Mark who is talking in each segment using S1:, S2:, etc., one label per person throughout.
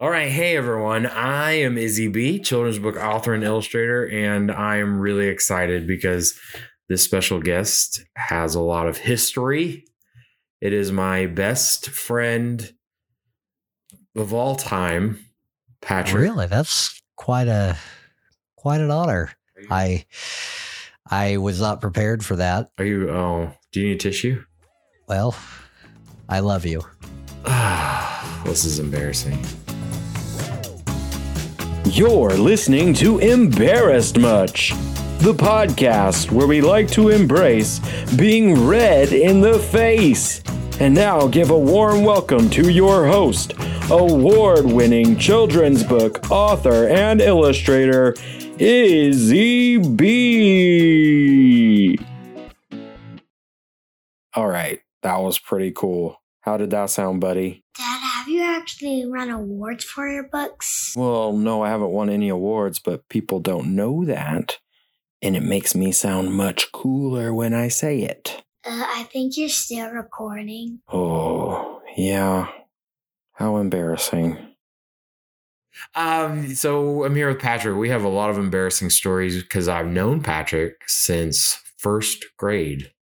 S1: All right, hey everyone. I am Izzy B, children's book author and illustrator, and I am really excited because this special guest has a lot of history. It is my best friend of all time, Patrick.
S2: Really, that's quite a quite an honor.
S1: Are you-
S2: I I was not prepared for that.
S1: Are you? Oh, do you need tissue?
S2: Well, I love you.
S1: this is embarrassing.
S3: You're listening to Embarrassed Much, the podcast where we like to embrace being red in the face. And now give a warm welcome to your host, award winning children's book author and illustrator, Izzy B. All right, that was pretty cool. How did that sound, buddy?
S4: Dad, have you actually run awards for your books?
S3: Well, no, I haven't won any awards, but people don't know that. And it makes me sound much cooler when I say it.
S4: Uh, I think you're still recording.
S3: Oh, yeah. How embarrassing.
S1: Um, so I'm here with Patrick. We have a lot of embarrassing stories because I've known Patrick since first grade.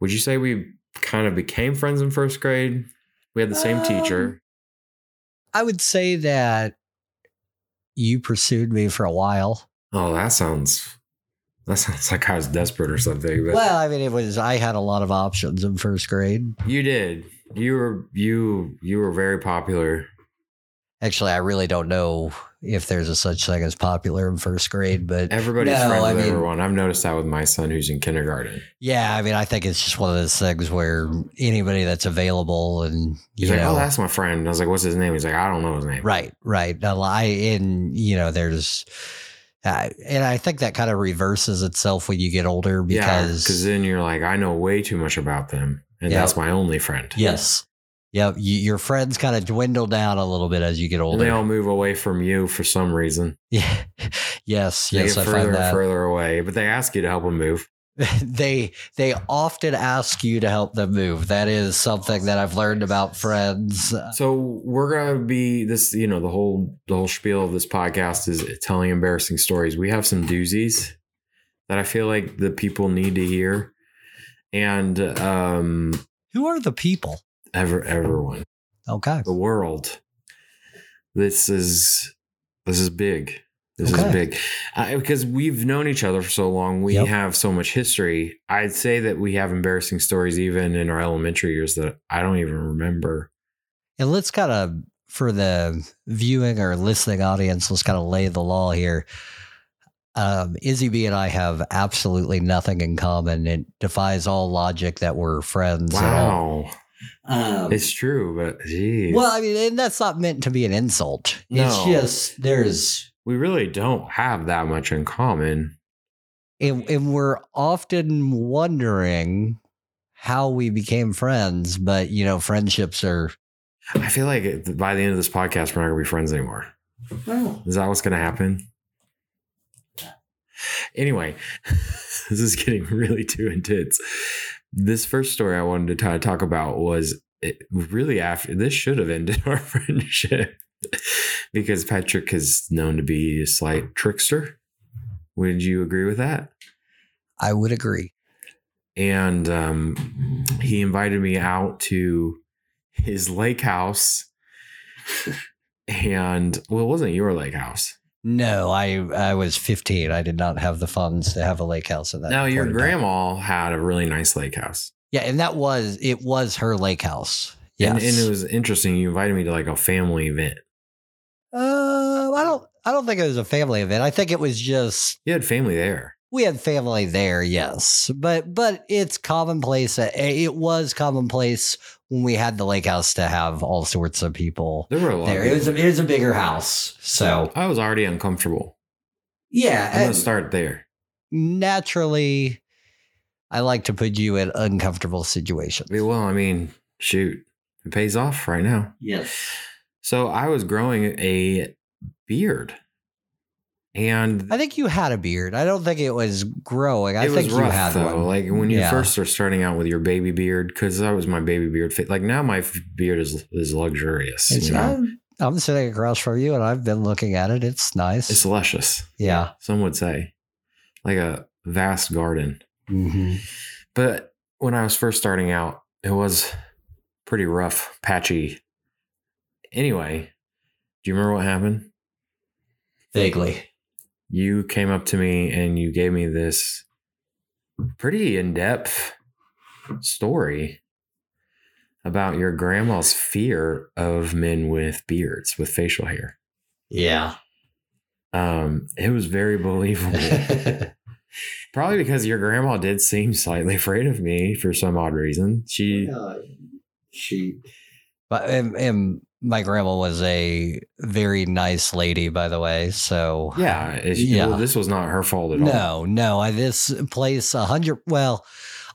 S1: Would you say we kind of became friends in first grade? We had the same
S2: Um,
S1: teacher.
S2: I would say that you pursued me for a while.
S1: Oh, that sounds that sounds like I was desperate or something. But
S2: Well, I mean, it was I had a lot of options in first grade.
S1: you did. You were you you were very popular.
S2: Actually, I really don't know if there's a such thing as popular in first grade, but
S1: Everybody's
S2: No,
S1: friends
S2: I
S1: with
S2: mean-
S1: everyone. I've noticed that with my son who's in kindergarten.
S2: yeah, I mean, I think it's just one of those things where anybody that's available and
S1: He's
S2: you
S1: like,
S2: know,
S1: "Oh, that's my friend." And I was like, "What's his name?" He's like, "I don't know his name."
S2: Right, right. Now, I and you know, there's, uh, and I think that kind of reverses itself when you get older
S1: yeah, 'cause
S2: because
S1: then you're like, I know way too much about them, and
S2: Yeah.
S1: that's my only friend.
S2: yes, yeah, y your friends kind of dwindle down a little bit as you get
S1: And
S2: older.
S1: they all move away from you for some reason.
S2: Yeah, yes,
S1: They
S2: yes,
S1: get
S2: I
S1: further
S2: find
S1: and
S2: that
S1: further away, but they ask you to help them move.
S2: they they often ask you to help them move. That is something that I've learned about friends. Uh,
S1: So we're gonna be this, you know, the whole the whole spiel of this podcast is telling embarrassing stories. We have some doozies that I feel like the people need to hear, and um,
S2: Who are the people?
S1: ever everyone,
S2: Okay,
S1: the world. This is this is big. This
S2: Okay.
S1: is big uh, because we've known each other for so long. We
S2: Yep.
S1: have so much history. I'd say that we have embarrassing stories even in our elementary years that I don't even remember.
S2: And let's kind of, for the viewing or listening audience, let's kind of lay the law here. Um, Izzy B and I have absolutely nothing in common. It defies all logic that we're friends. at all.
S1: Wow,
S2: Um,
S1: it's true, but geez,
S2: well, I mean, and that's not meant to be an insult.
S1: No.
S2: It's just there's,
S1: we really don't have that much in common.
S2: and, and we're often wondering how we became friends, but you know, friendships are.
S1: I feel like it- by the end of this podcast, we're not gonna be friends anymore. Is that what's gonna happen? Anyway, this is getting really too intense. This first story I wanted to t- talk about was it really after this should have ended our friendship because Patrick is known to be a slight trickster. Would you agree with that?
S2: I would agree.
S1: and um, he invited me out to his lake house. And well, it wasn't your lake house.
S2: No, I I was 15. I did not have the funds to have a lake house at that.
S1: Now, your
S2: point in time.
S1: grandma had a really nice lake house.
S2: Yeah, and that was it was her lake house.
S1: And-
S2: Yes.
S1: And, it was interesting. You invited me to like a family event.
S2: uh, I don't I don't think it was a family event. I think it was just
S1: You had family there.
S2: we had family there, yes. But but it's commonplace that- it was commonplace when we had the lake house to have all sorts of people
S1: There were a lot.
S2: there.
S1: of
S2: It was
S1: people.
S2: a, it was a bigger house. So
S1: I was already uncomfortable. I'm
S2: yeah,
S1: gonna start there.
S2: naturally I like to put you in uncomfortable situations.
S1: I mean, Well, I mean, shoot, it pays off right now.
S2: Yes.
S1: So I was growing a beard, and
S2: I think you had a beard. I don't think it was growing. I
S1: it
S2: think
S1: was
S2: you
S1: rough
S2: had
S1: though.
S2: one.
S1: Like when you
S2: Yeah.
S1: first are starting out with your baby beard, because that was my baby beard. Fit. Like now my f- beard is is luxurious.
S2: It's
S1: you know?
S2: not- I'm sitting across from you, and I've been looking at it. It's nice.
S1: It's luscious.
S2: yeah.
S1: Some would say, like a vast garden.
S2: Mm-hmm.
S1: But when I was first starting out, it was pretty rough, patchy. Anyway, do you remember what happened?
S2: Vaguely.
S1: You came up to me and you gave me this pretty in depth story about your grandma's fear of men with beards, with facial hair.
S2: Yeah.
S1: Um, it was very believable. Probably because your grandma did seem slightly afraid of me for some odd reason. She
S2: she. But and, and my grandma was a very nice lady, by the way. So
S1: Yeah, it's,
S2: Yeah.
S1: Well, this was not her fault at all.
S2: No, no. I, this place a hundred. Well,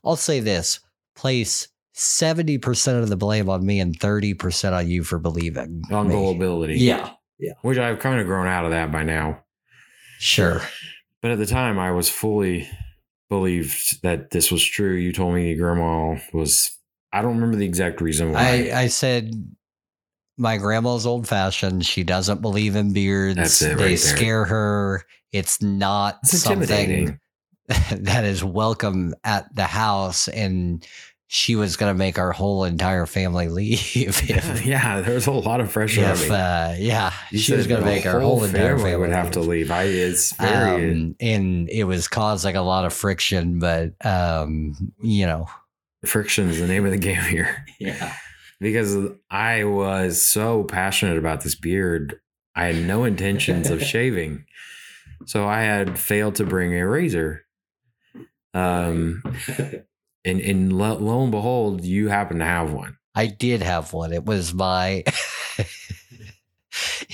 S2: I'll say this place seventy percent of the blame on me and thirty percent on you for believing
S1: On
S2: me.
S1: gullibility.
S2: Yeah,
S1: Which I've kind of grown out of that by now.
S2: sure.
S1: But at the time, I was fully believed that this was true. You told me your grandma was, I don't remember the exact reason
S2: I
S1: why.
S2: I said my grandma's old fashioned. She doesn't believe in beards.
S1: That's it
S2: they
S1: right there.
S2: scare her. It's not
S1: it's
S2: something
S1: intimidating.
S2: that is welcome at the house and she was going to make our whole entire family leave if,
S1: yeah, there was a lot of pressure on
S2: if,
S1: me.
S2: uh, yeah
S1: You
S2: she was
S1: said
S2: going to
S1: the
S2: make our whole entire family
S1: would have to
S2: leave.
S1: leave. I, it's very,
S2: um, and it was causing a lot of friction but um you know
S1: friction is the name of the game here.
S2: yeah
S1: because I was so passionate about this beard, I had no intentions of shaving. So I had failed to bring a razor. Um, and and lo, lo and behold, you happen to have one.
S2: i did have one it was my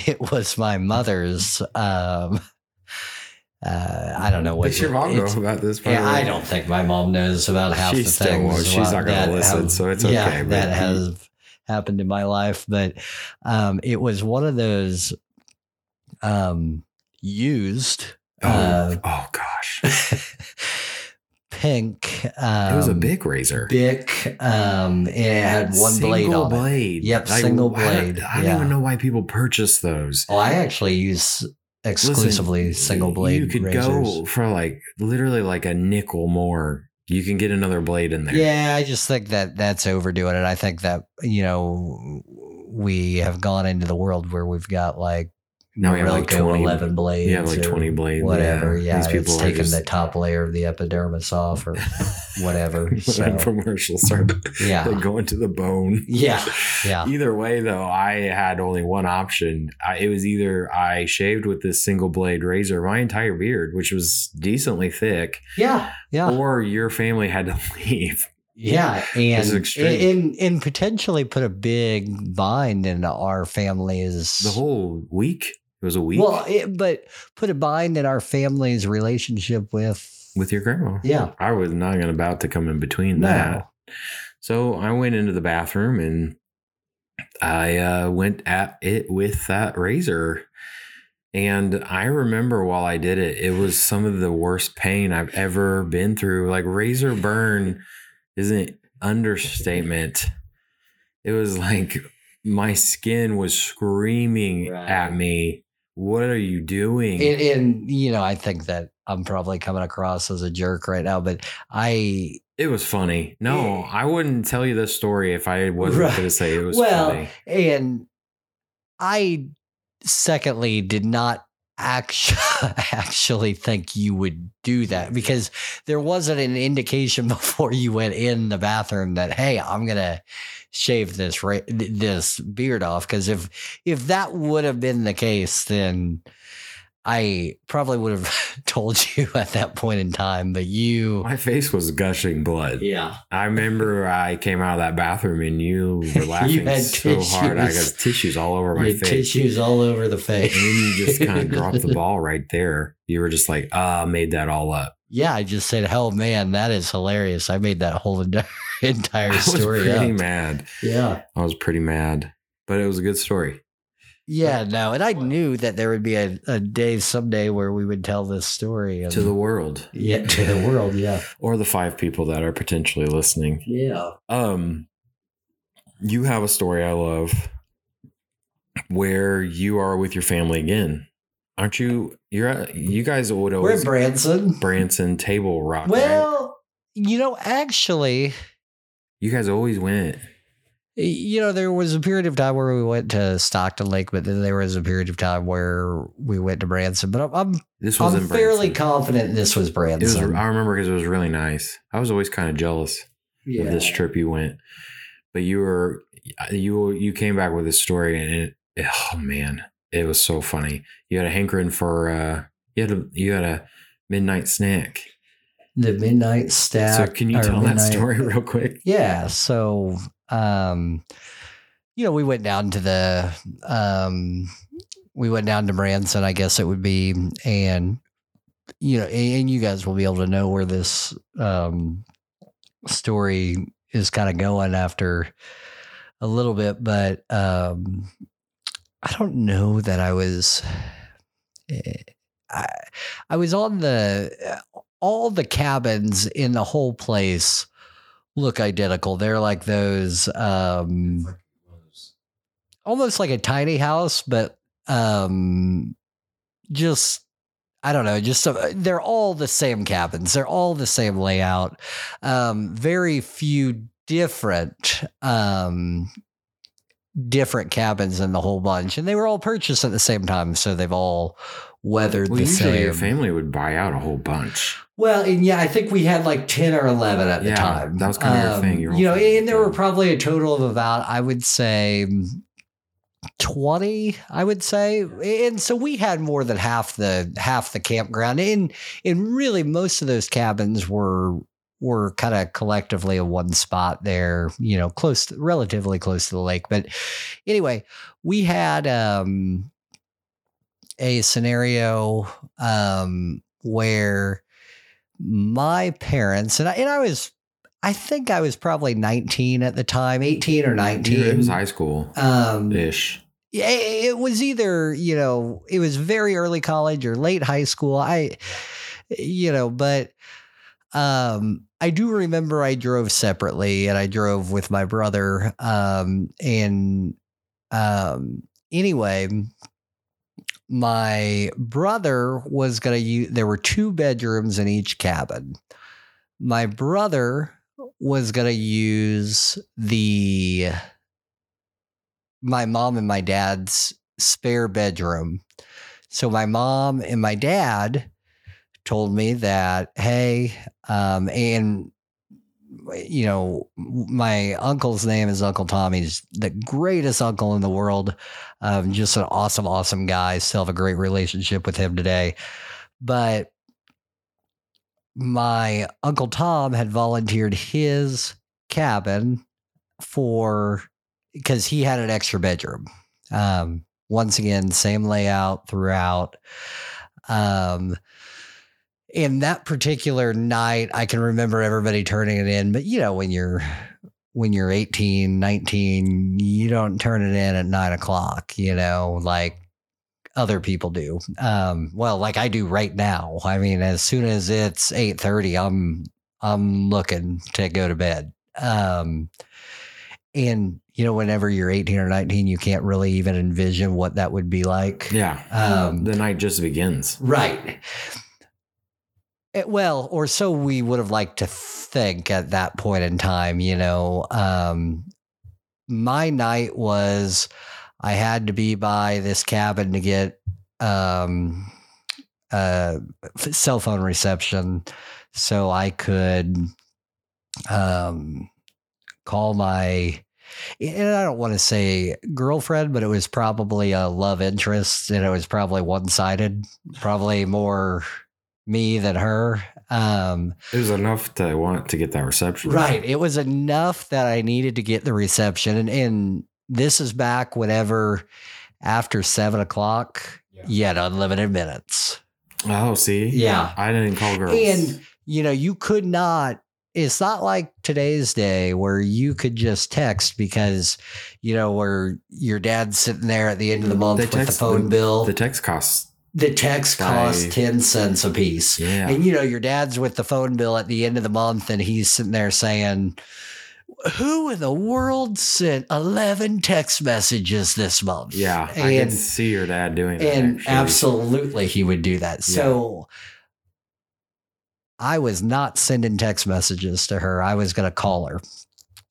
S2: it was my mother's um uh, I don't know what
S1: What's your mom know
S2: it's-
S1: about this? by the
S2: Yeah,
S1: way?
S2: I don't think my mom knows about half
S1: She
S2: the
S1: still
S2: things.
S1: won't. She's not gonna
S2: that
S1: listen, so it's okay, but-
S2: that has happened in my life, but um, it was one of those um, used
S1: Oh,
S2: uh,
S1: oh gosh,
S2: pink. Um,
S1: it was a big razor.
S2: Bic. Um, it had one
S1: Single
S2: blade on it.
S1: blade.
S2: Yep, single
S1: I don't-
S2: blade,
S1: I don't
S2: yeah.
S1: even know why people purchase those.
S2: Oh, I actually use
S1: Listen,
S2: exclusively single blade
S1: You could
S2: razors.
S1: go for like literally like a nickel more. You can get another blade in there.
S2: Yeah, I just think that that's overdoing it. I think that you know we have gone into the world where we've got like
S1: Now we have like
S2: Morelco
S1: 20
S2: eleven blades,
S1: you have like
S2: or
S1: 20 blades,
S2: whatever.
S1: yeah.
S2: Yeah,
S1: These people
S2: it's
S1: are
S2: taking
S1: just-
S2: the top layer of the epidermis off or whatever. So,
S1: Infomercials are
S2: yeah,
S1: going to the bone.
S2: yeah, yeah.
S1: Either way, though, I had only one option. I, it was either I shaved with this single blade razor my entire beard, which was decently thick,
S2: yeah, yeah,
S1: or your family had to leave.
S2: yeah, and
S1: is extreme.
S2: and and potentially put a big bind into our family's
S1: The whole week. It was a week
S2: Well, it, but put a bind in our family's relationship with
S1: with your grandma.
S2: yeah.
S1: I was not going to about to come in between that. So I went into the bathroom and I uh, went at it with that razor. And I remember while I did it, it was some of the worst pain I've ever been through. Like razor burn is an understatement. It was like my skin was screaming
S2: Right.
S1: at me. What are you doing?
S2: and, and you know i think that i'm probably coming across as a jerk right now but i
S1: It was funny. No,
S2: Yeah.
S1: I wouldn't tell you this story if I wasn't
S2: Right.
S1: going to say it was
S2: Well,
S1: funny.
S2: and i secondly did not actually actually think you would do that because there wasn't an indication before you went in the bathroom that hey i'm gonna shave this ra- th- this beard off because if if that would have been the case then i probably would have told you at that point in time but you
S1: My face was gushing blood.
S2: Yeah.
S1: I remember I came out of that bathroom and you were laughing
S2: had
S1: so hard. I
S2: tissues.
S1: got tissues all over my
S2: Your
S1: face.
S2: tissues all over the
S1: And
S2: face.
S1: then you just kind of dropped the ball right there. You were just like, uh, made that all up.
S2: Yeah, I just said, "Oh man, that is hilarious." I made that whole entire,
S1: I
S2: entire
S1: was
S2: story
S1: pretty
S2: up.
S1: mad.
S2: Yeah,
S1: I was pretty mad, but it was a good story.
S2: yeah, no, and I knew that there would be a, a day someday where we would tell this story and,
S1: To the world
S2: yeah to the world. Yeah,
S1: or the five people that are potentially listening.
S2: yeah,
S1: Um, you have a story I love where you are with your family again. Aren't you? You're at, you guys would
S2: We're
S1: always
S2: in Branson.
S1: Branson Table Rock. right?
S2: Well, you know, actually,
S1: you guys always went.
S2: you know, there was a period of time where we went to Stockton Lake, but then there was a period of time where we went to Branson. But I'm, I'm,
S1: This was
S2: I'm
S1: in
S2: fairly
S1: Branson.
S2: confident this was
S1: It was,
S2: Branson.
S1: I remember because it was really nice. I was always kind of jealous of this trip you went, but you were you you came back with this story and it, oh man, it was so funny. You had a hankering for uh, you had a you had a midnight snack.
S2: the midnight stack.
S1: so can you
S2: or
S1: tell that
S2: midnight-
S1: story real quick?
S2: Yeah. So, um, you know, we went down to the, um, we went down to Branson, I guess it would be, and, you know, and, and you guys will be able to know where this, um, story is kind of going after a little bit, but, um, I don't know that I was, eh, I, I was on the, all the cabins in the whole place look identical. They're like those um almost like a tiny house, but um just I don't know, just uh, they're all the same cabins. They're all the same layout. Um very few different um different cabins in the whole bunch and they were all purchased at the same time so they've all weathered
S1: Well,
S2: the
S1: usually
S2: same
S1: your family would buy out a whole bunch.
S2: well, and yeah, I think we had like 10 or 11 at
S1: Yeah,
S2: the time. Um,
S1: that was kind of your thing. Your
S2: You know,
S1: whole thing.
S2: and there were probably a total of about, I would say, 20, I would say. And so we had more than half the half the campground. And and really most of those cabins were were kind of collectively in one spot there, you know, close to, relatively close to the lake. But anyway, we had um a scenario um where my parents and I and I was I think I was probably 19 at the time, 18 or
S1: Yeah, It
S2: 19.
S1: was high school
S2: Um
S1: ish.
S2: yeah, it it was either you know it was very early college or late high school i you know but um i do remember i drove separately and i drove with my brother um and um anyway my brother was going to use there were two bedrooms in each cabin my brother was going to use the my mom and my dad's spare bedroom. So my mom and my dad told me that, hey, um, and you know, my uncle's name is Uncle Tommy. He's the greatest uncle in the world. Um, just an awesome, awesome guy. Still have a great relationship with him today. But my Uncle Tom had volunteered his cabin for because he had an extra bedroom. Um, once again, same layout throughout. Um, and that particular night, I can remember everybody turning it in, but you know, when you're when you're 18, 19, you don't turn it in at nine o'clock, you know, like other people do. Um, well, like I do right now. I mean, as soon as it's 8:30, I'm I'm looking to go to bed. Um, and you know, whenever you're 18 or 19, you can't really even envision what that would be like.
S1: Yeah.
S2: Um,
S1: the night just begins.
S2: Right. Eh, well, or so we would have liked to think at that point in time, you know. Um, my night was I had to be by this cabin to get um, uh, f- cell phone reception so I could um, call my and I don't want to say girlfriend, but it was probably a love interest, and it was probably one sided, probably more me than her. Um,
S1: It was enough to want to get that reception.
S2: right. It was enough that I needed to get the reception, and, and this is back whenever after seven o'clock,
S1: Yeah.
S2: you had unlimited minutes.
S1: Oh, see?
S2: Yeah.
S1: I didn't call girls.
S2: And you know, you could not. It's not like today's day where you could just text because, you know, where your dad's sitting there at the end of the month
S1: Mm-hmm. They
S2: with the
S1: text
S2: phone
S1: the-
S2: bill.
S1: the
S2: The,
S1: text costs.
S2: text
S1: By-
S2: costs ten cents a piece,
S1: Yeah.
S2: and you know, your dad's with the phone bill at the end of the month, and he's sitting there saying, who in the world sent 11 text messages this month?
S1: Yeah, I can
S2: And,
S1: see your dad doing that.
S2: and
S1: actually.
S2: absolutely he would do that. So I was not sending text messages to her. I was going to call her.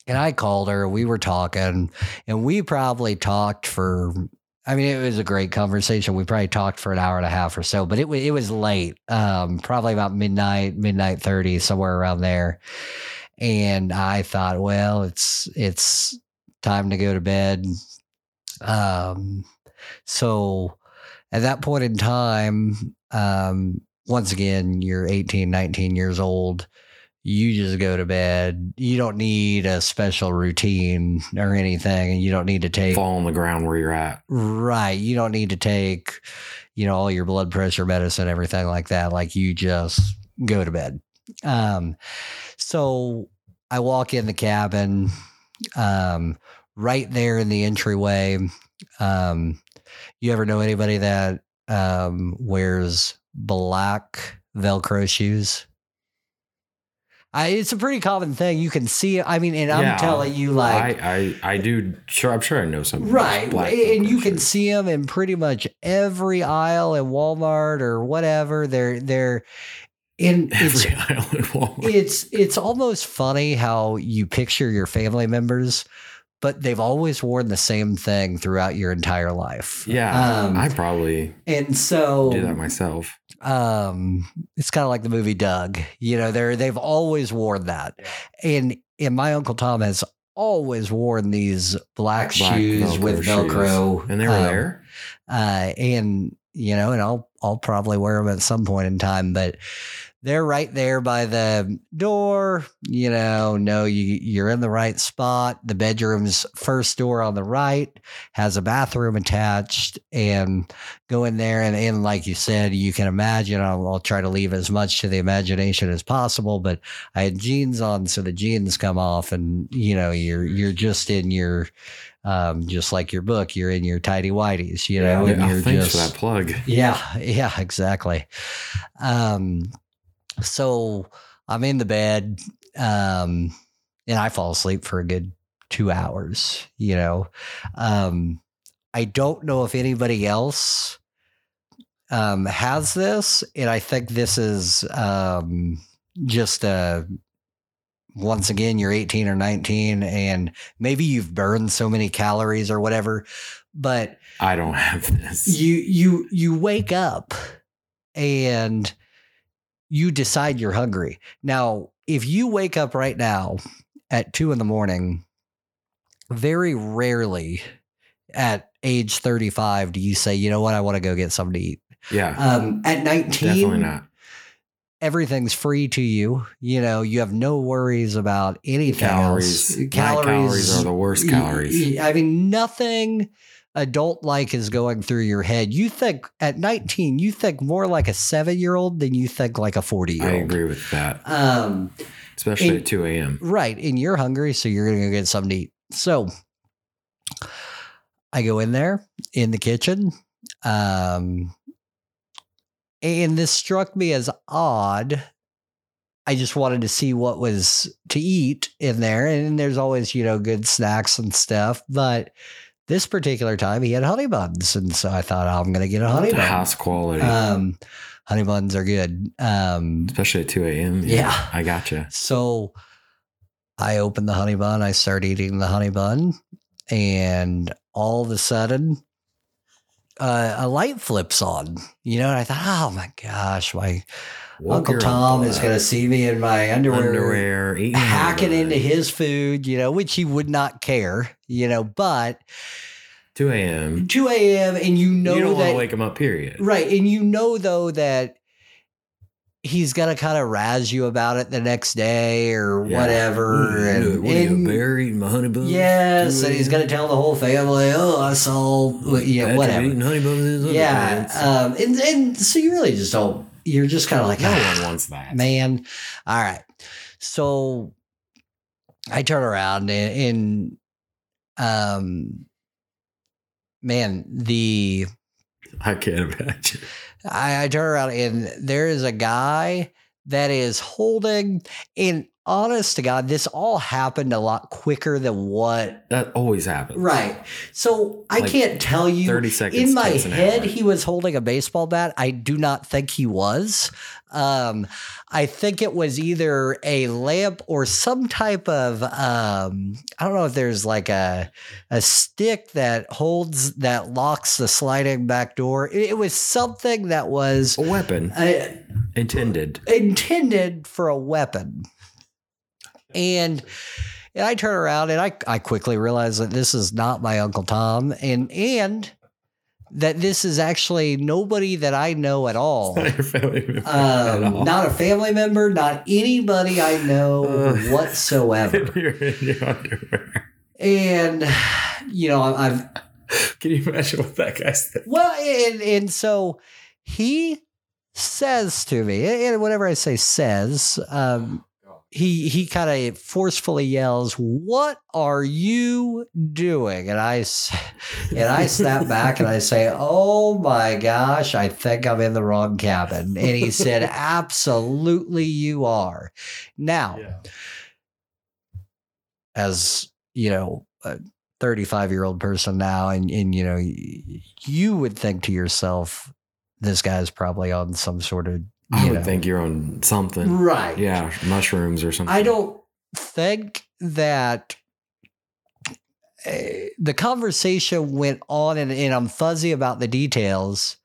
S2: And I called her. We were talking and we probably talked for, I mean, it was a great conversation. We probably talked for an hour and a half or so, but it, wa- it was late, um, probably about midnight, midnight 30, somewhere around there. And I thought, well, it's, it's time to go to bed. Um, so at that point in time, um, once again, you're 18, 19 years old. You just go to bed. You don't need a special routine or anything. And you don't need to take,
S1: fall on the ground where you're at.
S2: right. You don't need to take, you know, all your blood pressure medicine, everything like that. Like you just go to bed. Um, so I walk in the cabin, um, right there in the entryway. Um, you ever know anybody that um, wears black Velcro shoes? I, it's a pretty common thing. You can see. it. I mean, and I'm
S1: Yeah.
S2: telling you, like,
S1: I, I, I do. Sure, I'm sure I know something.
S2: Right.
S1: Black
S2: and you
S1: Panther
S2: can
S1: shirt.
S2: see them in pretty much every aisle at Walmart or whatever. They're they're in it's
S1: every aisle in Walmart.
S2: it's it's almost funny how you picture your family members, but they've always worn the same thing throughout your entire life.
S1: yeah,
S2: Um,
S1: I probably
S2: and so
S1: do that myself.
S2: um it's kind of like the movie Doug. You know, they're they've always worn that. And and my Uncle Tom has always worn these black,
S1: Black
S2: shoes with
S1: shoes.
S2: Velcro.
S1: and they were
S2: um,
S1: there.
S2: uh, and you know, and I'll I'll probably wear them at some point in time, but they're right there by the door. You know, no, you you're in the right spot. The bedroom's first door on the right has a bathroom attached, and go in there and and like you said, you can imagine. I'll, I'll try to leave as much to the imagination as possible, but I had jeans on, so the jeans come off, and you know, you're you're just in your um, just like your book, you're in your tidy whities, you know, and
S1: Yeah,
S2: you're
S1: thanks
S2: just
S1: for that plug.
S2: yeah, yeah, exactly. Um, so I'm in the bed, um, and I fall asleep for a good two hours. You know, um, I don't know if anybody else um, has this, and I think this is um, just a. Once again, you're 18 or 19, and maybe you've burned so many calories or whatever, but
S1: I don't have this.
S2: you you you wake up and you decide you're hungry now if you wake up right now at two in the morning very rarely at age 35 do you say you know what i want to go get something to eat
S1: yeah,
S2: um, at 19
S1: Mm-hmm. definitely not.
S2: everything's free to you you know you have no worries about anything
S1: Calories.
S2: else
S1: Night Calories. are the worst calories.
S2: Y- y- I mean, nothing adult like is going through your head. You think at 19, you think more like a seven year old than you think like a 40
S1: I
S2: year old.
S1: agree with that,
S2: Um,
S1: especially
S2: and-
S1: at 2 a.m.
S2: right. And you're hungry, so you're going to get something to eat. So I go in there in the kitchen. Um, and this struck me as odd. I just wanted to see what was to eat in there. And there's always, you know, good snacks and stuff. But this particular time he had honey buns. And so I thought, "Oh, I'm going to get a honey
S1: The
S2: bun.
S1: house quality,
S2: Um, honey buns are good. Um,
S1: especially at 2 a.m.
S2: Yeah.
S1: I gotcha.
S2: so I opened the honey bun. I start eating the honey bun, and all of a sudden, uh, a light flips on. You know, and I thought, oh my gosh, my
S1: Woke
S2: Uncle
S1: your
S2: Tom
S1: uncle
S2: is
S1: up. uh,
S2: going to see me in my underwear,
S1: underwear, eating
S2: hacking
S1: underwear.
S2: into his food. You know, which he would not care. You know, but
S1: 2 a.m.
S2: 2 a.m. and you know
S1: you don't want
S2: that
S1: to wake him up, period.
S2: Right. And you know, though, that he's going to kind of razz you about it the next day or
S1: Yeah.
S2: whatever.
S1: Ooh,
S2: and,
S1: what are you,
S2: and-
S1: a bear eating my honey buns?
S2: yes.
S1: Ooh,
S2: And he's going to tell the whole family, oh, I saw, yeah,
S1: Patrick
S2: whatever.
S1: eating honey buns in his
S2: Yeah.
S1: underpants.
S2: Um, and, and so you really just don't, you're just kind of like,
S1: no
S2: "Ah,
S1: one wants that.
S2: man. All right. So I turn around and, and um, man, the,
S1: I can't imagine.
S2: I, I turn around and there is a guy that is holding and honest to God, this all happened a lot quicker than what.
S1: That always happens.
S2: Right. So I
S1: Like,
S2: can't tell you.
S1: 30 seconds.
S2: in my
S1: cuts an
S2: head
S1: hour.
S2: he was holding a baseball bat i do not think he was um, i think it was either a lamp or some type of um, i don't know if there's like a, a stick that holds that locks the sliding back door it, it was something that was
S1: a weapon
S2: uh,
S1: intended.
S2: intended for a weapon. And and I turn around and I I quickly realize that this is not my Uncle Tom and and that this is actually nobody that I know at all.
S1: Not your family member at all.
S2: Um, not a family member, not anybody I know
S1: Uh.
S2: whatsoever.
S1: You're in your underwear.
S2: And you know, I- I've
S1: Can you imagine what that guy's thinking?
S2: Well, and, and so he says to me, and whenever I say says, um, he he kind of forcefully yells, "What are you doing?" And I s- and I snap back and I say, "Oh my gosh, I think I'm in the wrong cabin." And he said, "Absolutely, you are." Now, as you know a 35 year old person now and and you know y- you would think to yourself this guy's probably on some sort of you
S1: I
S2: know-
S1: would think you're on something.
S2: right
S1: Yeah, mushrooms or something.
S2: i don't think that eh, the conversation went on and, and i'm fuzzy about the details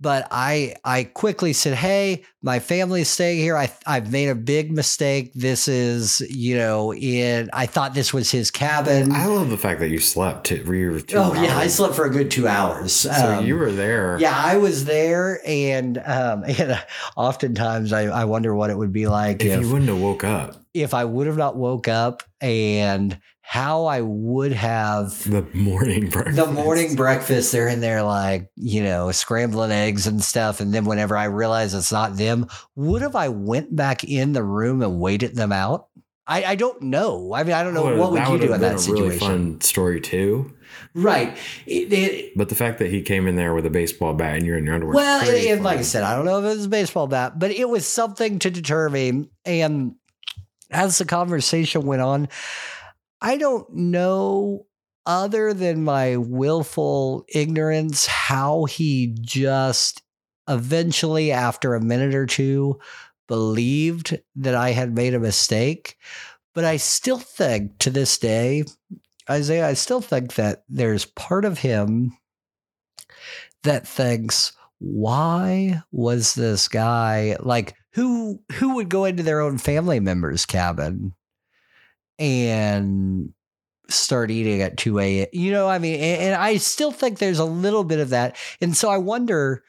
S2: but i i quickly said hey my family's staying here i i've made a big mistake this is you know in i thought this was his cabin
S1: I love the fact that you slept. Two, you were two
S2: oh yeah, I
S1: hours.
S2: slept for a good two hours.
S1: So
S2: Um,
S1: you were there.
S2: yeah, I was there, and um, and uh, oftentimes I, I wonder what it would be like
S1: If
S2: if
S1: you wouldn't have woke up,
S2: if I would have not woke up and how I would have
S1: the morning breakfast.
S2: the morning breakfast. They're in there like you know scrambling eggs and stuff, and then whenever I realize it's not them, would have I went back in the room and waited them out? I, I don't know. I mean, I don't know
S1: Would've-
S2: what would
S1: that
S2: you
S1: would've
S2: do in
S1: been
S2: that
S1: a
S2: situation,
S1: really fun story too.
S2: right? It- it,
S1: But the fact that he came in there with a baseball bat and you're in your underwear. is
S2: Well, and,
S1: pretty
S2: and like I
S1: funny.
S2: said, I don't know if it was a baseball bat, but it was something to deter me. And as the conversation went on, I don't know, other than my willful ignorance, how he just eventually, after a minute or two, believed that I had made a mistake. But I still think to this day, Isaiah, I still think that there's part of him that thinks, why was this guy like who who would go into their own family member's cabin and start eating at 2 a.m. You know, I mean, and, and I still think there's a little bit of that. And so I wonder,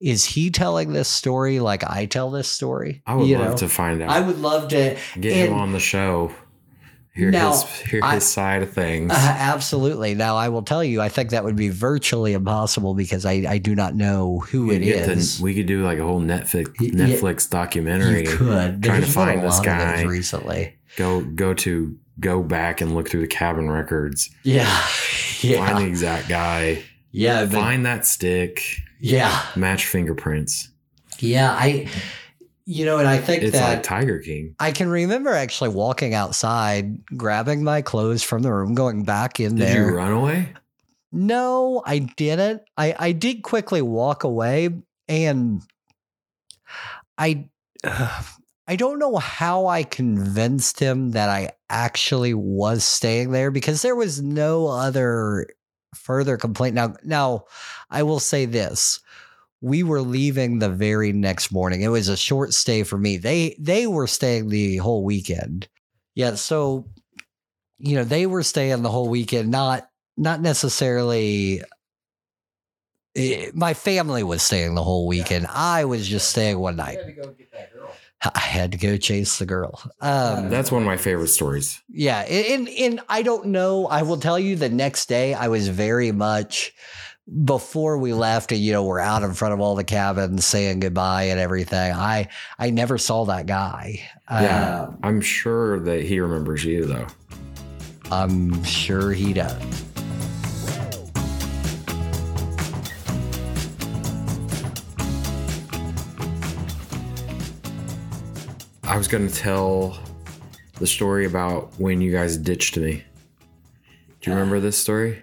S2: is he telling this story like I tell this story?
S1: I would
S2: You
S1: love
S2: know?
S1: to find out.
S2: I would love to
S1: Get him
S2: and-
S1: on the show. Hear
S2: Now,
S1: his hear
S2: I-
S1: his side of things.
S2: Uh, absolutely. Now, I will tell you, I think that would be virtually impossible because I, I do not know who
S1: We'd
S2: it
S1: get to-
S2: is.
S1: we could do like a whole Netflix
S2: Y- yeah.
S1: Netflix documentary.
S2: you could
S1: trying to
S2: There's been a
S1: find this
S2: lot of those
S1: guy.
S2: recently.
S1: Go go to go back and look through the cabin records.
S2: Yeah,
S1: Find
S2: yeah,
S1: the exact guy.
S2: yeah, but-
S1: find that stick.
S2: yeah,
S1: Match fingerprints.
S2: yeah. I, you know, and I think
S1: It's
S2: that
S1: like Tiger King.
S2: I can remember actually walking outside, grabbing my clothes from the room, going back in
S1: Did
S2: there.
S1: you run away?
S2: No, I didn't. I I did quickly walk away and I I don't know how I convinced him that I actually was staying there because there was no other further complaint. Now now I will say this. We were leaving the very next morning. It was a short stay for me. They they were staying the whole weekend. Yeah, so you know, they were staying the whole weekend, not not necessarily eh, my family was staying the whole weekend. I was just staying one night. I had to go chase the girl. Um,
S1: That's one of my favorite stories.
S2: yeah, and, and and I don't know. I will tell you the next day I was very much before we left and you know we're out in front of all the cabins saying goodbye and everything. I I never saw that guy.
S1: Yeah.
S2: Um,
S1: I'm sure that he remembers you though.
S2: I'm sure he does.
S1: I was going to tell the story about when you guys ditched me. Do you
S2: Uh,
S1: remember this story?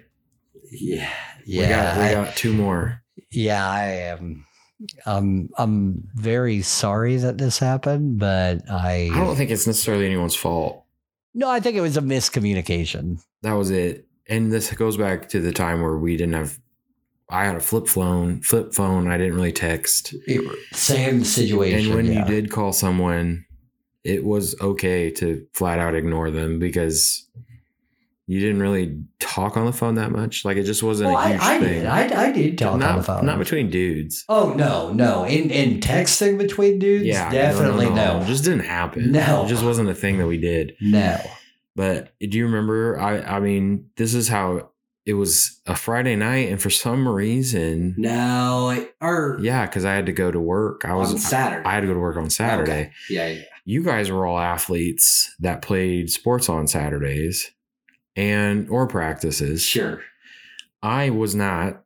S2: Yeah.
S1: we
S2: Yeah.
S1: got, we
S2: I-
S1: got two more.
S2: yeah, I am. Um, I'm very sorry that this happened, but I,
S1: I don't think it's necessarily anyone's fault.
S2: no, I think it was a miscommunication.
S1: That was it. And this goes back to the time where we didn't have. I had a flip phone. Flip phone. I didn't really text.
S2: Same situation.
S1: And when
S2: yeah.
S1: you did call someone, it was okay to flat out ignore them because you didn't really talk on the phone that much. Like it just wasn't
S2: Oh,
S1: a huge
S2: I, I
S1: thing.
S2: did. I, I did talk
S1: not,
S2: on the phone.
S1: not between dudes.
S2: oh no, no. In in texting between dudes,
S1: Yeah, no, no,
S2: definitely no.
S1: It just didn't happen.
S2: No.
S1: it just wasn't a thing that we did.
S2: no.
S1: But do you remember? I I mean, this is how it was a Friday night, and for some reason,
S2: No, it- or
S1: yeah, because I had to go to work. I was
S2: on Saturday.
S1: I had to go to work on Saturday.
S2: Okay. Yeah, yeah.
S1: You guys were all athletes that played sports on Saturdays and or practices.
S2: Sure.
S1: I was not.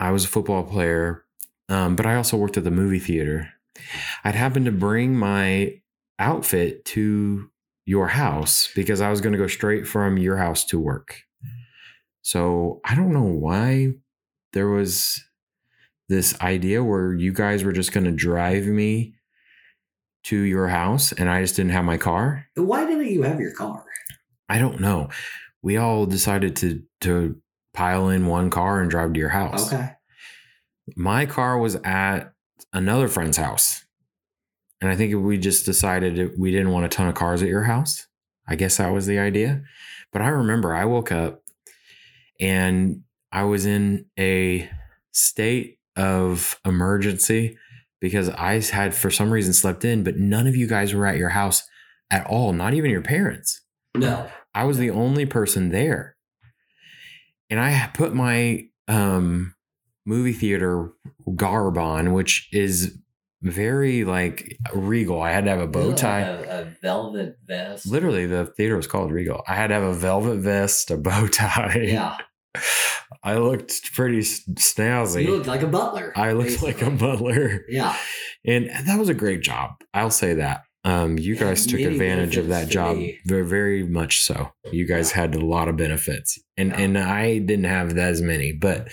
S1: I was a football player, um, but I also worked at the movie theater. I'd happened to bring my outfit to your house because I was going to go straight from your house to work. So I don't know why there was this idea where you guys were just going to drive me to your house and I just didn't have my car.
S2: Why didn't you have your car?
S1: I don't know. We all decided to to pile in one car and drive to your house.
S2: Okay.
S1: My car was at another friend's house. And I think we just decided that we didn't want a ton of cars at your house. I guess that was the idea. But I remember I woke up and I was in a state of emergency because I had for some reason slept in, but none of you guys were at your house at all, not even your parents.
S2: No.
S1: I was the only person there. And I had put my um movie theater garb on, which is very like regal. I had to have a bow tie.
S2: a, a velvet vest.
S1: Literally, the theater was called Regal. I had to have a velvet vest, a bow tie.
S2: Yeah,
S1: I looked pretty s- snazzy.
S2: you looked like a butler.
S1: I looked like a
S2: basically.
S1: butler.
S2: Yeah,
S1: And that was a great job. I'll say that. Um, you
S2: Yeah,
S1: guys took
S2: many
S1: advantage of that
S2: benefits to
S1: job
S2: me.
S1: very, very much so. You guys had a lot of benefits, and
S2: Yeah.
S1: and I didn't have as many. But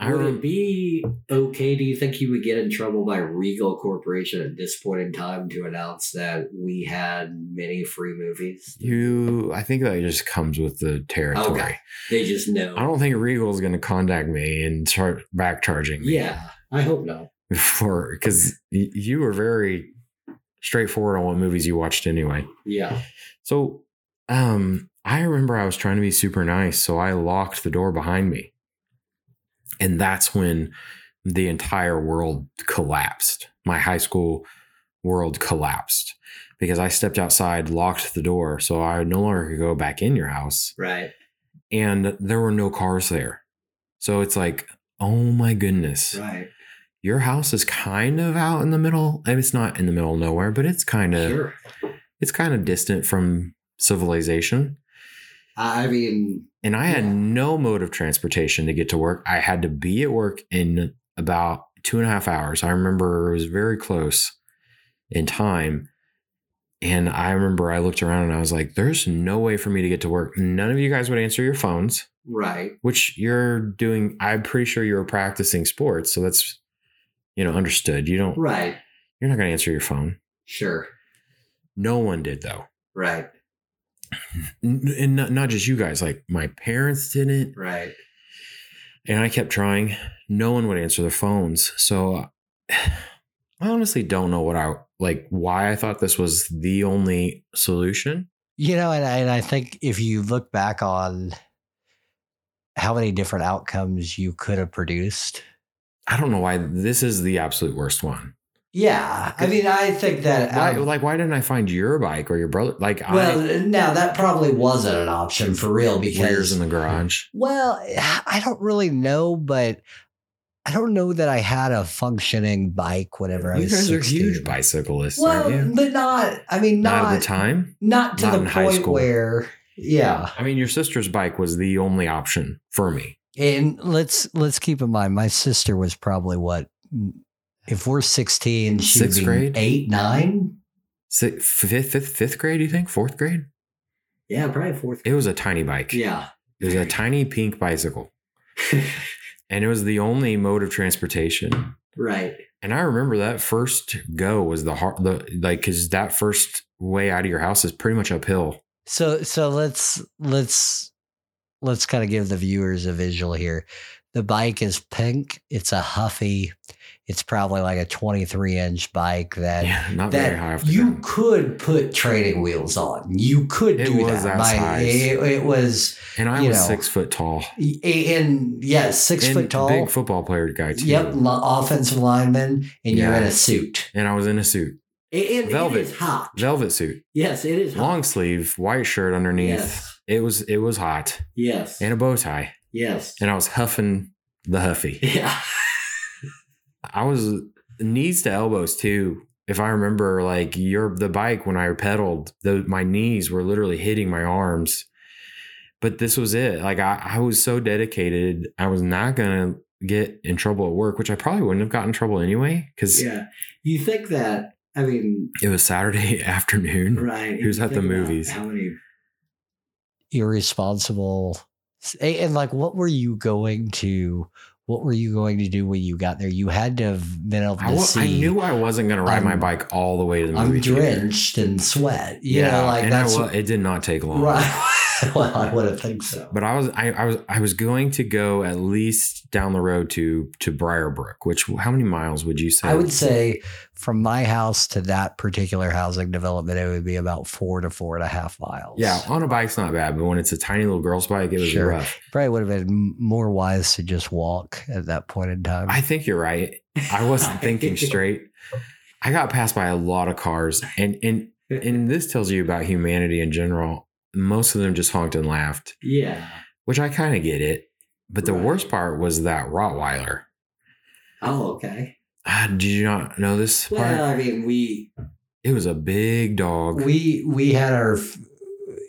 S1: I
S2: would
S1: rem-
S2: it be okay? Do you think you would get in trouble by Regal Corporation at this point in time to announce that we had many free movies?
S1: you, I think that just comes with the territory.
S2: Okay. They just know.
S1: I don't think Regal is going to contact me and start back charging me
S2: yeah, I hope not.
S1: for because you were very straightforward on what movies you watched anyway.
S2: Yeah,
S1: So, um, I remember I was trying to be super nice, so I locked the door behind me. And that's when the entire world collapsed. My high school world collapsed because I stepped outside, locked the door, so I no longer could go back in your house.
S2: right.
S1: And there were no cars there. So it's like, oh my goodness.
S2: Right.
S1: Your house is kind of out in the middle. I mean, it's not in the middle of nowhere, but it's kind of
S2: Sure.
S1: it's kind of distant from civilization.
S2: I I mean,
S1: And I had
S2: Yeah.
S1: no mode of transportation to get to work. I had to be at work in about two and a half hours. I remember it was very close in time. And I remember I looked around and I was like, there's no way for me to get to work. None of you guys would answer your phones,
S2: right.
S1: which you're doing. I'm pretty sure you were practicing sports. So that's, you know, understood. You don't,
S2: Right.
S1: you're not going to answer your phone.
S2: Sure.
S1: No one did though.
S2: Right.
S1: N- and not, not just you guys like my parents didn't
S2: Right.
S1: and i kept trying no one would answer their phones so i honestly don't know what i like why i thought this was the only solution
S2: You know, and, I- and I think if you look back on how many different outcomes you could have produced.
S1: i don't know why this is the absolute worst one
S2: Yeah. I mean, I think that.
S1: why,
S2: um,
S1: like why didn't i find your bike or your brother like
S2: well,
S1: i
S2: now that probably wasn't an option for real
S1: rears
S2: because.
S1: in the garage
S2: Well, I don't really know, but I don't know that I had a functioning bike whenever I
S1: you
S2: was
S1: guys are
S2: 16.
S1: huge bicyclists
S2: Well,
S1: aren't you
S2: but not. I mean,
S1: not,
S2: not
S1: at the time
S2: not to
S1: not
S2: the
S1: in
S2: point
S1: high school.
S2: where. Yeah.
S1: i mean your sister's bike was the only option for me
S2: And let's let's keep in mind, my sister was probably what if we're sixteen, she'd
S1: Sixth
S2: be
S1: grade?
S2: eight, nine.
S1: si- fifth, fifth, fifth grade, you think? Fourth grade?
S2: Yeah, probably fourth.
S1: It was a tiny bike.
S2: Yeah.
S1: It was a tiny pink bicycle. and it was the only mode of transportation.
S2: Right.
S1: And I remember that first go was the hard, the, like, cause that first way out of your house is pretty much uphill.
S2: So so let's let's let's kind of give the viewers a visual here. The bike is pink. It's a huffy. It's probably like a 23 inch bike that
S1: yeah, not very high off
S2: that
S1: the
S2: you
S1: ground.
S2: could put training wheels on. You could
S1: It
S2: do
S1: was
S2: that.
S1: that
S2: by-
S1: size.
S2: It, it was
S1: And I
S2: you
S1: was
S2: know,
S1: six foot tall.
S2: in yes, six
S1: And
S2: foot tall.
S1: Big football player guy, too.
S2: Yep, lo- offensive lineman, and you're in
S1: Yeah.
S2: a suit.
S1: And I was in a suit,
S2: It, it- it
S1: Velvet.
S2: is hot.
S1: velvet suit,
S2: Yes, it is hot.
S1: long sleeve, white shirt underneath.
S2: Yes,
S1: It was it was hot
S2: yes,
S1: and a bow tie,
S2: yes.
S1: and I was huffing the huffy.
S2: yeah,
S1: I was knees to elbows too. If I remember, like your the bike when I pedaled, the, my knees were literally hitting my arms. But this was it. Like I, I was so dedicated. I was not gonna get in trouble at work, which I probably wouldn't have gotten in trouble anyway because
S2: yeah. You think that? I mean,
S1: it was Saturday afternoon.
S2: right?
S1: Who's
S2: you
S1: at the
S2: think about
S1: movies?
S2: How many irresponsible? a- And like, what were you going to? What were you going to do when you got there? You had to have been able to
S1: I, wa-
S2: see.
S1: I knew I wasn't going to ride my
S2: I'm-
S1: bike all the way to the movie
S2: I'm
S1: theater.
S2: drenched in sweat. You yeah, know, like
S1: and
S2: that's
S1: I wa- it did not take long.
S2: right. well, I would have think so.
S1: But I was I, I was I was going to go at least down the road to to Briarbrook, which how many miles would you say?
S2: I would say from my house to that particular housing development, it would be about four to four and a half miles.
S1: Yeah, on a bike's not bad, but when it's a tiny little girl's bike, it was
S2: Sure.
S1: rough.
S2: Probably would have been more wise to just walk at that point in time.
S1: I think you're right. I wasn't thinking straight. I got passed by a lot of cars, and and and this tells you about humanity in general. Most of them just honked and laughed.
S2: Yeah.
S1: which I kind of get it. But the
S2: Right.
S1: worst part was that Rottweiler.
S2: Oh, okay.
S1: Ah, did you not know this part?
S2: Well, I mean, we
S1: it was a big dog.
S2: we we had our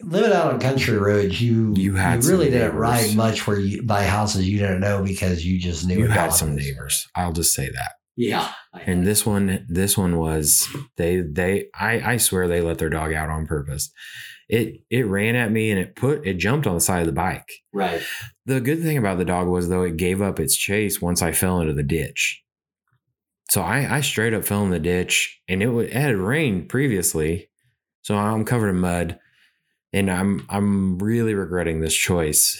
S2: living out on country roads. You
S1: You had some
S2: really didn't
S1: neighbors.
S2: ride much where you buy houses you didn't know because you just knew
S1: you
S2: a
S1: had
S2: dog
S1: some
S2: was-
S1: neighbors. I'll just say that.
S2: Yeah.
S1: And this one, this one was they they I I swear they let their dog out on purpose. It it ran at me and it put it jumped on the side of the bike.
S2: right.
S1: The good thing about the dog was though it gave up its chase once I fell into the ditch. So I, I straight up fell in the ditch, and it, wa- it had rained previously, so I'm covered in mud, and I'm I'm really regretting this choice,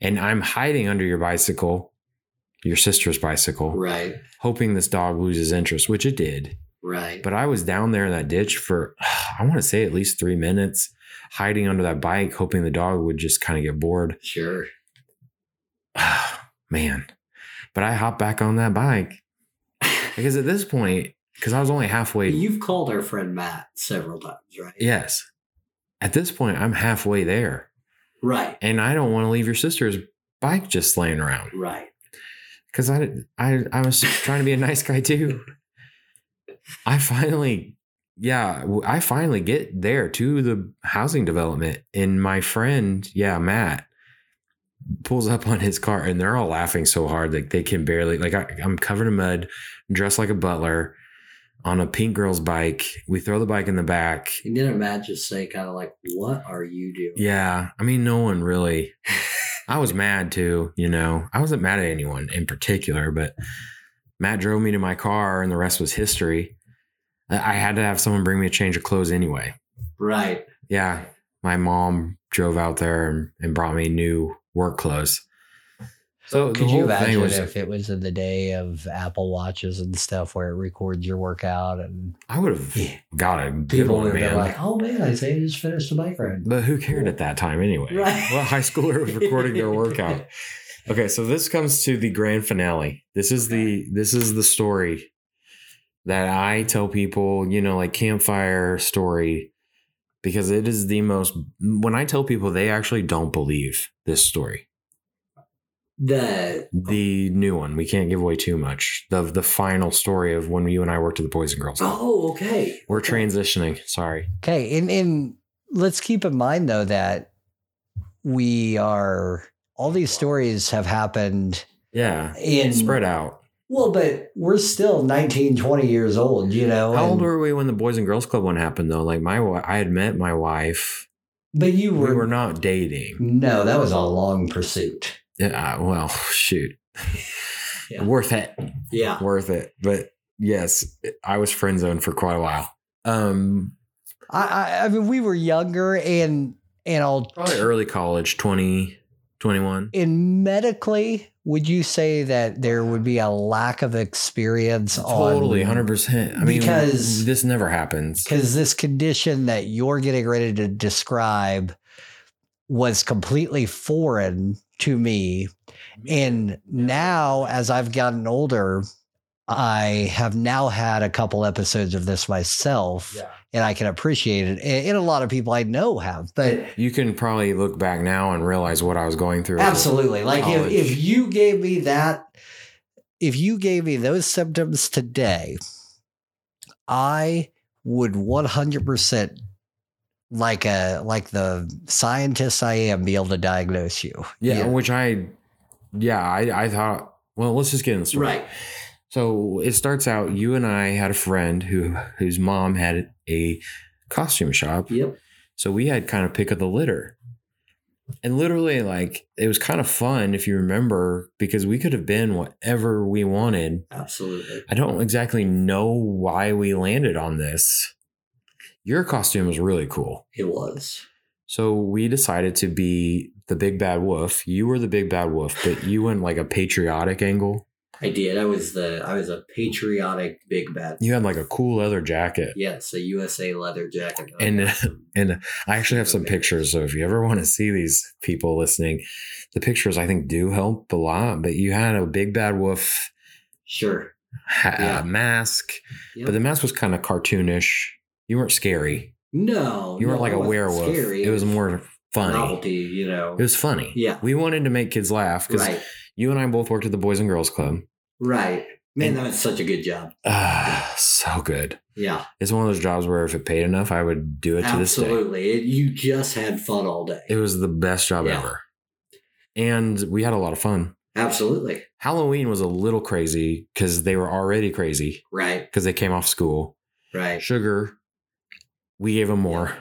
S1: and I'm hiding under your bicycle, your sister's bicycle,
S2: Right.
S1: hoping this dog loses interest, which it did.
S2: Right.
S1: But I was down there in that ditch for I want to say at least three minutes, hiding under that bike, hoping the dog would just kind of get bored.
S2: sure.
S1: man. But I hopped back on that bike because at this point, because I was only halfway.
S2: You've called our friend Matt several times, right?
S1: yes. At this point, I'm halfway there
S2: Right.
S1: and I don't want to leave your sister's bike just laying around
S2: Right.
S1: because I, I, I was trying to be a nice guy too. I finally, yeah, w- I finally get there to the housing development and my friend, yeah, Matt pulls up on his car and they're all laughing so hard like they can barely like I, I'm covered in mud, dressed like a butler on a pink girl's bike. We throw the bike in the back.
S2: And didn't Matt just say kind of like, what are you doing?
S1: Yeah, I mean no one really. I was mad too, you know. I wasn't mad at anyone in particular, but Matt drove me to my car and the rest was history. I I had to have someone bring me a change of clothes anyway.
S2: Right.
S1: Yeah. My mom drove out there and, and brought me new work clothes. So the
S2: Could you
S1: whole
S2: imagine
S1: thing was
S2: if it was in the day of Apple watches and stuff where it records your workout and
S1: I would have
S2: Yeah.
S1: got a good
S2: people
S1: one,
S2: would be
S1: man.
S2: like, oh man, I say I just finished the bike ride.
S1: But who cared at that time anyway?
S2: Right.
S1: Well, high schooler was recording their workout. Okay, so this comes to the grand finale. This is the this is the story that I tell people, you know, like campfire story because it is the most when I tell people they actually don't believe this story.
S2: The
S1: The new one. We can't give away too much. The the final story of when you and I worked at the Boys and Girls. Club.
S2: oh okay.
S1: We're transitioning. Sorry.
S2: Okay, and and let's keep in mind though that we are all these stories have happened
S1: Yeah.
S2: in
S1: Spread out.
S2: Well, but we're still 19, 20 years old, you know.
S1: How old
S2: and-
S1: were we when the Boys and Girls Club one happened though? Like my, wi- I had met my wife.
S2: But you
S1: We
S2: were,
S1: were not dating.
S2: No, that was a long pursuit.
S1: Yeah, I- well, shoot,
S2: Yeah.
S1: worth it,
S2: Yeah.
S1: worth it. But yes, I was friend zoned for quite a while. Um,
S2: I, I, I mean, we were younger and, and I'll,
S1: probably early college, 20, 21.
S2: in medically, would you say that there would be a lack of experience
S1: Totally,
S2: on
S1: hundred percent. I mean,
S2: Because-
S1: this never happens.
S2: because this condition that you're getting ready to describe was completely foreign to me. And now, as I've gotten older, I have now had a couple episodes of this myself, and I can appreciate it. And, and a lot of people I know have, but
S1: You can probably look back now and realize what I was going through.
S2: absolutely, like if,
S1: College.
S2: if you gave me that, if you gave me those symptoms today, I would one hundred percent like a like the scientist I am be able to diagnose you.
S1: Yeah, which I, yeah, I, I thought. Well, let's just get in the story. So it starts out. You and I had a friend who whose mom had a costume shop.
S2: Yep.
S1: So we had kind of pick of the litter. And literally, like, it was kind of fun if you remember, because we could have been whatever we wanted.
S2: Absolutely.
S1: I don't exactly know why we landed on this. Your costume was really cool.
S2: It was.
S1: So we decided to be the big bad wolf. You were the big bad wolf, but you went like a patriotic angle.
S2: I did. I was the I was a patriotic big bad.
S1: You had like a cool leather jacket.
S2: Yes, a USA leather jacket.
S1: And- And I actually have some pictures. So if you ever want to see these people listening, the pictures I think do help a lot. But you had a big bad wolf
S2: sure.
S1: ha- uh,
S2: Yeah.
S1: mask,
S2: Yeah.
S1: but the mask was kind of cartoonish. You weren't scary.
S2: No.
S1: You weren't
S2: no,
S1: like
S2: it
S1: a
S2: wasn't
S1: werewolf.
S2: scary.
S1: It was more funny.
S2: novelty, you know.
S1: It was funny.
S2: Yeah.
S1: We wanted to make kids laugh because
S2: right,
S1: you and I both worked at the Boys and Girls Club.
S2: right. Man, that was such a good job.
S1: Ah, so good.
S2: Yeah,
S1: It's one of those jobs where if it paid enough, I would do it to this day.
S2: absolutely. It, you just had fun all day.
S1: It was the best job
S2: Yeah.
S1: ever. And we had a lot of fun.
S2: absolutely.
S1: Halloween was a little crazy because they were already crazy
S2: Right,
S1: because they came off school.
S2: right.
S1: Sugar, we gave them more.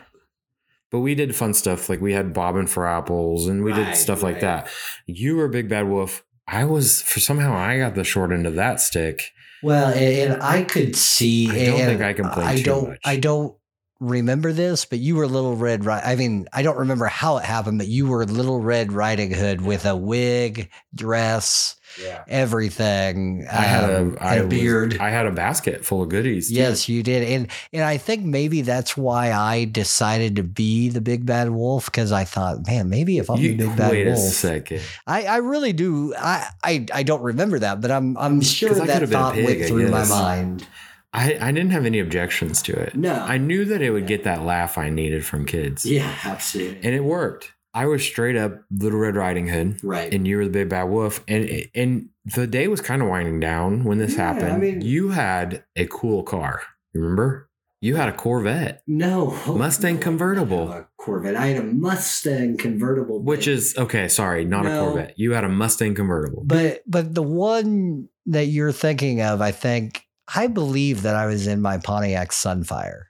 S1: But we did fun stuff like we had bobbing for apples and we
S2: Right,
S1: did stuff like
S2: right.
S1: that. You were Big Bad Wolf. I was, for somehow, I got the short end of that stick.
S2: Well, and, and I could see.
S1: I don't
S2: and
S1: think I can play
S2: I
S1: too
S2: don't.
S1: much.
S2: I don't remember this, but you were Little Red. Ri- I mean, I don't remember how it happened, but you were Little Red Riding Hood with a wig, dress,
S1: Yeah.
S2: everything.
S1: I had
S2: um,
S1: a, I
S2: and a
S1: was-
S2: beard.
S1: I had a basket full of goodies. too.
S2: Yes, you did, and and I think maybe that's why I decided to be the big bad wolf because I thought, man, maybe if I'm
S1: You-
S2: the big bad
S1: wait a
S2: wolf,
S1: second.
S2: I, I really do. I, I I don't remember that, but I'm I'm sure
S1: 'Cause I
S2: that
S1: could've been a
S2: thought
S1: pig,
S2: went
S1: I
S2: through my
S1: guess.
S2: mind.
S1: I, I didn't have any objections to it.
S2: No,
S1: I knew that it would get that laugh I needed from kids.
S2: yeah, absolutely,
S1: And it worked. I was straight up Little Red Riding Hood,
S2: right.
S1: and you were the Big Bad Wolf. And and the day was kind of winding down when this
S2: Yeah, I
S1: happened.
S2: mean-
S1: you had a cool car. Remember? You had a Corvette,
S2: no
S1: Mustang convertible.
S2: a Corvette. I had a Mustang convertible,
S1: which
S2: but-
S1: is okay. Sorry, not a
S2: No.
S1: Corvette. You had a Mustang convertible.
S2: but but the one that you're thinking of, I think I believe that I was in my Pontiac Sunfire.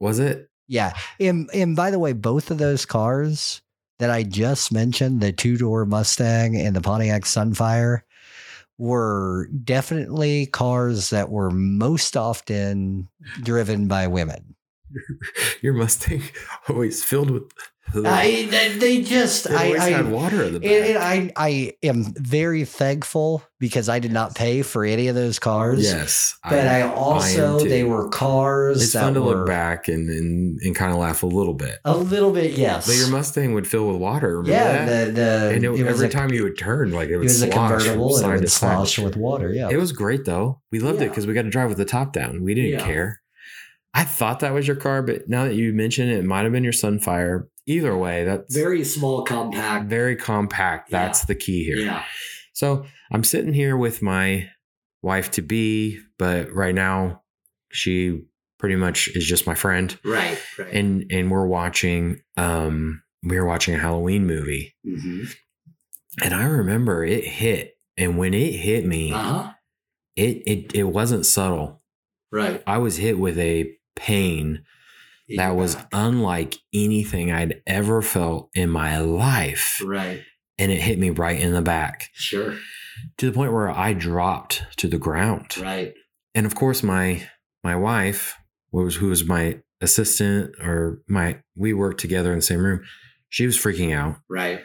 S1: was it?
S2: Yeah. And and by the way, both of those cars that I just mentioned, the two-door Mustang and the Pontiac Sunfire, were definitely cars that were most often driven by women.
S1: Your Mustang always filled with.
S2: I they, they just
S1: it always
S2: I, I
S1: had water at the back.
S2: and, and I I am very thankful because I did not pay for any of those cars.
S1: yes,
S2: But I, also
S1: too.
S2: they were cars
S1: it's
S2: that
S1: fun to
S2: were
S1: look back and and, and kind of laugh a little bit.
S2: a little bit yes.
S1: But your Mustang would fill with water. Remember
S2: yeah,
S1: that?
S2: the, the
S1: and it,
S2: it was
S1: every
S2: a-
S1: time you would turn, like it
S2: It
S1: would
S2: was a
S1: slosh from
S2: convertible and
S1: side
S2: it
S1: to
S2: would
S1: side.
S2: slosh with water. Yeah.
S1: It was great though. We loved it
S2: Yeah.
S1: because we got to drive with the top down. We didn't
S2: Yeah.
S1: care. I thought that was your car, but now that you mention it, it might have been your Sunfire. Either way, that's very,
S2: small, compact.
S1: compact.
S2: Yeah.
S1: That's the key here. So I'm sitting here with my wife to be, but right now she pretty much is just my friend.
S2: Right. Right.
S1: And and we're watching um we were watching a Halloween movie.
S2: Mm-hmm. Uh-huh,
S1: And I remember it hit. And when it hit me,
S2: huh.
S1: it it it wasn't subtle.
S2: Right.
S1: I was hit with a pain that was unlike anything I'd ever felt in my life.
S2: right.
S1: And it hit me right in the back
S2: Sure.
S1: to the point where I dropped to the ground.
S2: Right.
S1: And of course, my my wife, who was who was my assistant or my we worked together in the same room, she was freaking out.
S2: Right.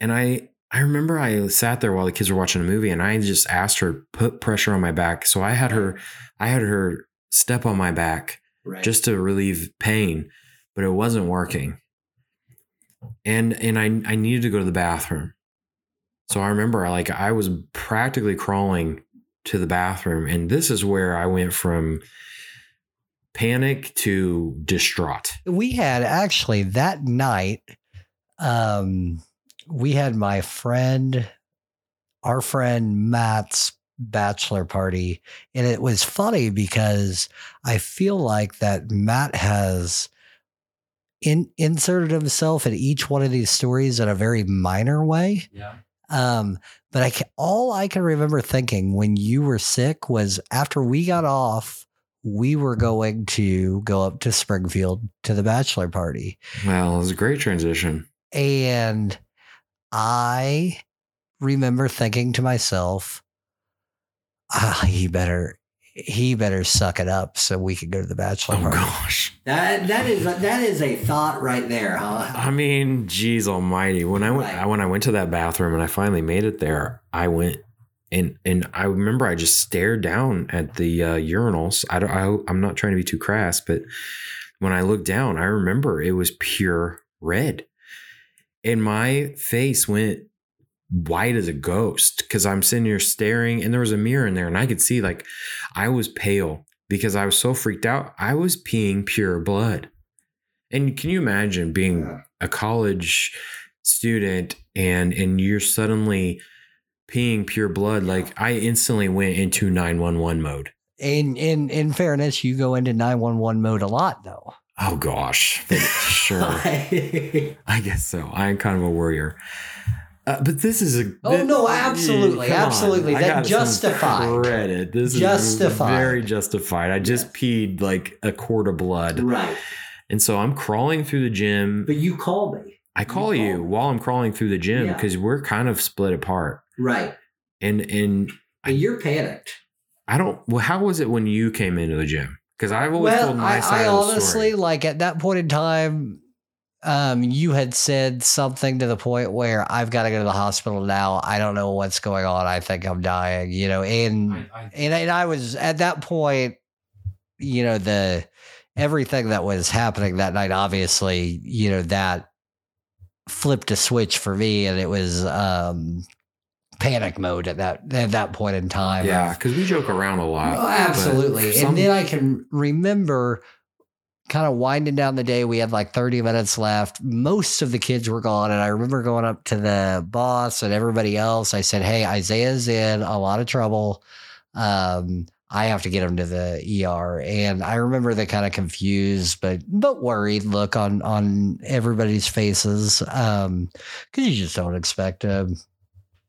S1: And I I remember I sat there while the kids were watching a movie and I just asked her put pressure on my back. So I had her I had her step on my back
S2: Right.
S1: just to relieve pain, but it wasn't working. And and I I needed to go to the bathroom. So I remember like I was practically crawling to the bathroom and this is where I went from panic to distraught.
S2: we had actually that night um we had my friend our friend matt's bachelor party and it was funny because i feel like that matt has in, inserted himself in each one of these stories in a very minor way
S1: Yeah.
S2: um, but I can, all I can remember thinking when you were sick was after we got off, we were going to go up to Springfield to the bachelor party,
S1: Well, it was a great transition.
S2: and I remember thinking to myself, ah, he better he better suck it up so we can go to the bachelor
S1: Oh
S2: party.
S1: gosh.
S2: That that is that is a thought right there, huh?
S1: I mean, geez almighty. When I went
S2: Right.
S1: I when I went to that bathroom and I finally made it there, I went and and I remember I just stared down at the uh, urinals. I don't I, I'm not trying to be too crass, but when I looked down, I remember it was pure red. And my face went white as a ghost cuz I'm sitting here staring and there was a mirror in there and I could see like I was pale because I was so freaked out. I was peeing pure blood. And can you imagine being a college student and and you're suddenly peeing pure blood like i instantly went into 911 mode
S2: In in in fairness, you go into nine one one mode a lot though.
S1: oh gosh sure i guess so i'm kind of a worrier uh, but this is a
S2: Oh, no, absolutely,
S1: Come on.
S2: absolutely.
S1: I
S2: That
S1: gotta some
S2: justified.
S1: credit this
S2: Justified.
S1: is very justified i just peed like a quart of blood
S2: Right.
S1: and so i'm crawling through the gym
S2: But you call me.
S1: i call
S2: you
S1: you
S2: called.
S1: while i'm crawling through the gym
S2: Yeah.
S1: because we're kind of split apart
S2: Right.
S1: and and
S2: And you're panicked.
S1: I don't. Well, how was it when you came into the gym? Because I've always told
S2: Well,
S1: my
S2: I,
S1: side
S2: I
S1: of the
S2: honestly,
S1: story.
S2: like at that point in time, um, you had said something to the point where I've got to go to the hospital now. I don't know what's going on. I think I'm dying, you know, and and, and I was at that point, you know, the everything that was happening that night, obviously, you know, that flipped a switch for me and it was um panic mode at that at that point in time.
S1: yeah, because we joke around a lot.
S2: Oh,
S1: but
S2: absolutely.
S1: for some-
S2: and then I can remember kind of winding down the day. We had like 30 minutes left. Most of the kids were gone. And I remember going up to the boss and everybody else. I said, Hey, Isaiah's in a lot of trouble. Um, I have to get him to the ER. And I remember the kind of confused but but worried look on on everybody's faces. Um, because you just don't expect a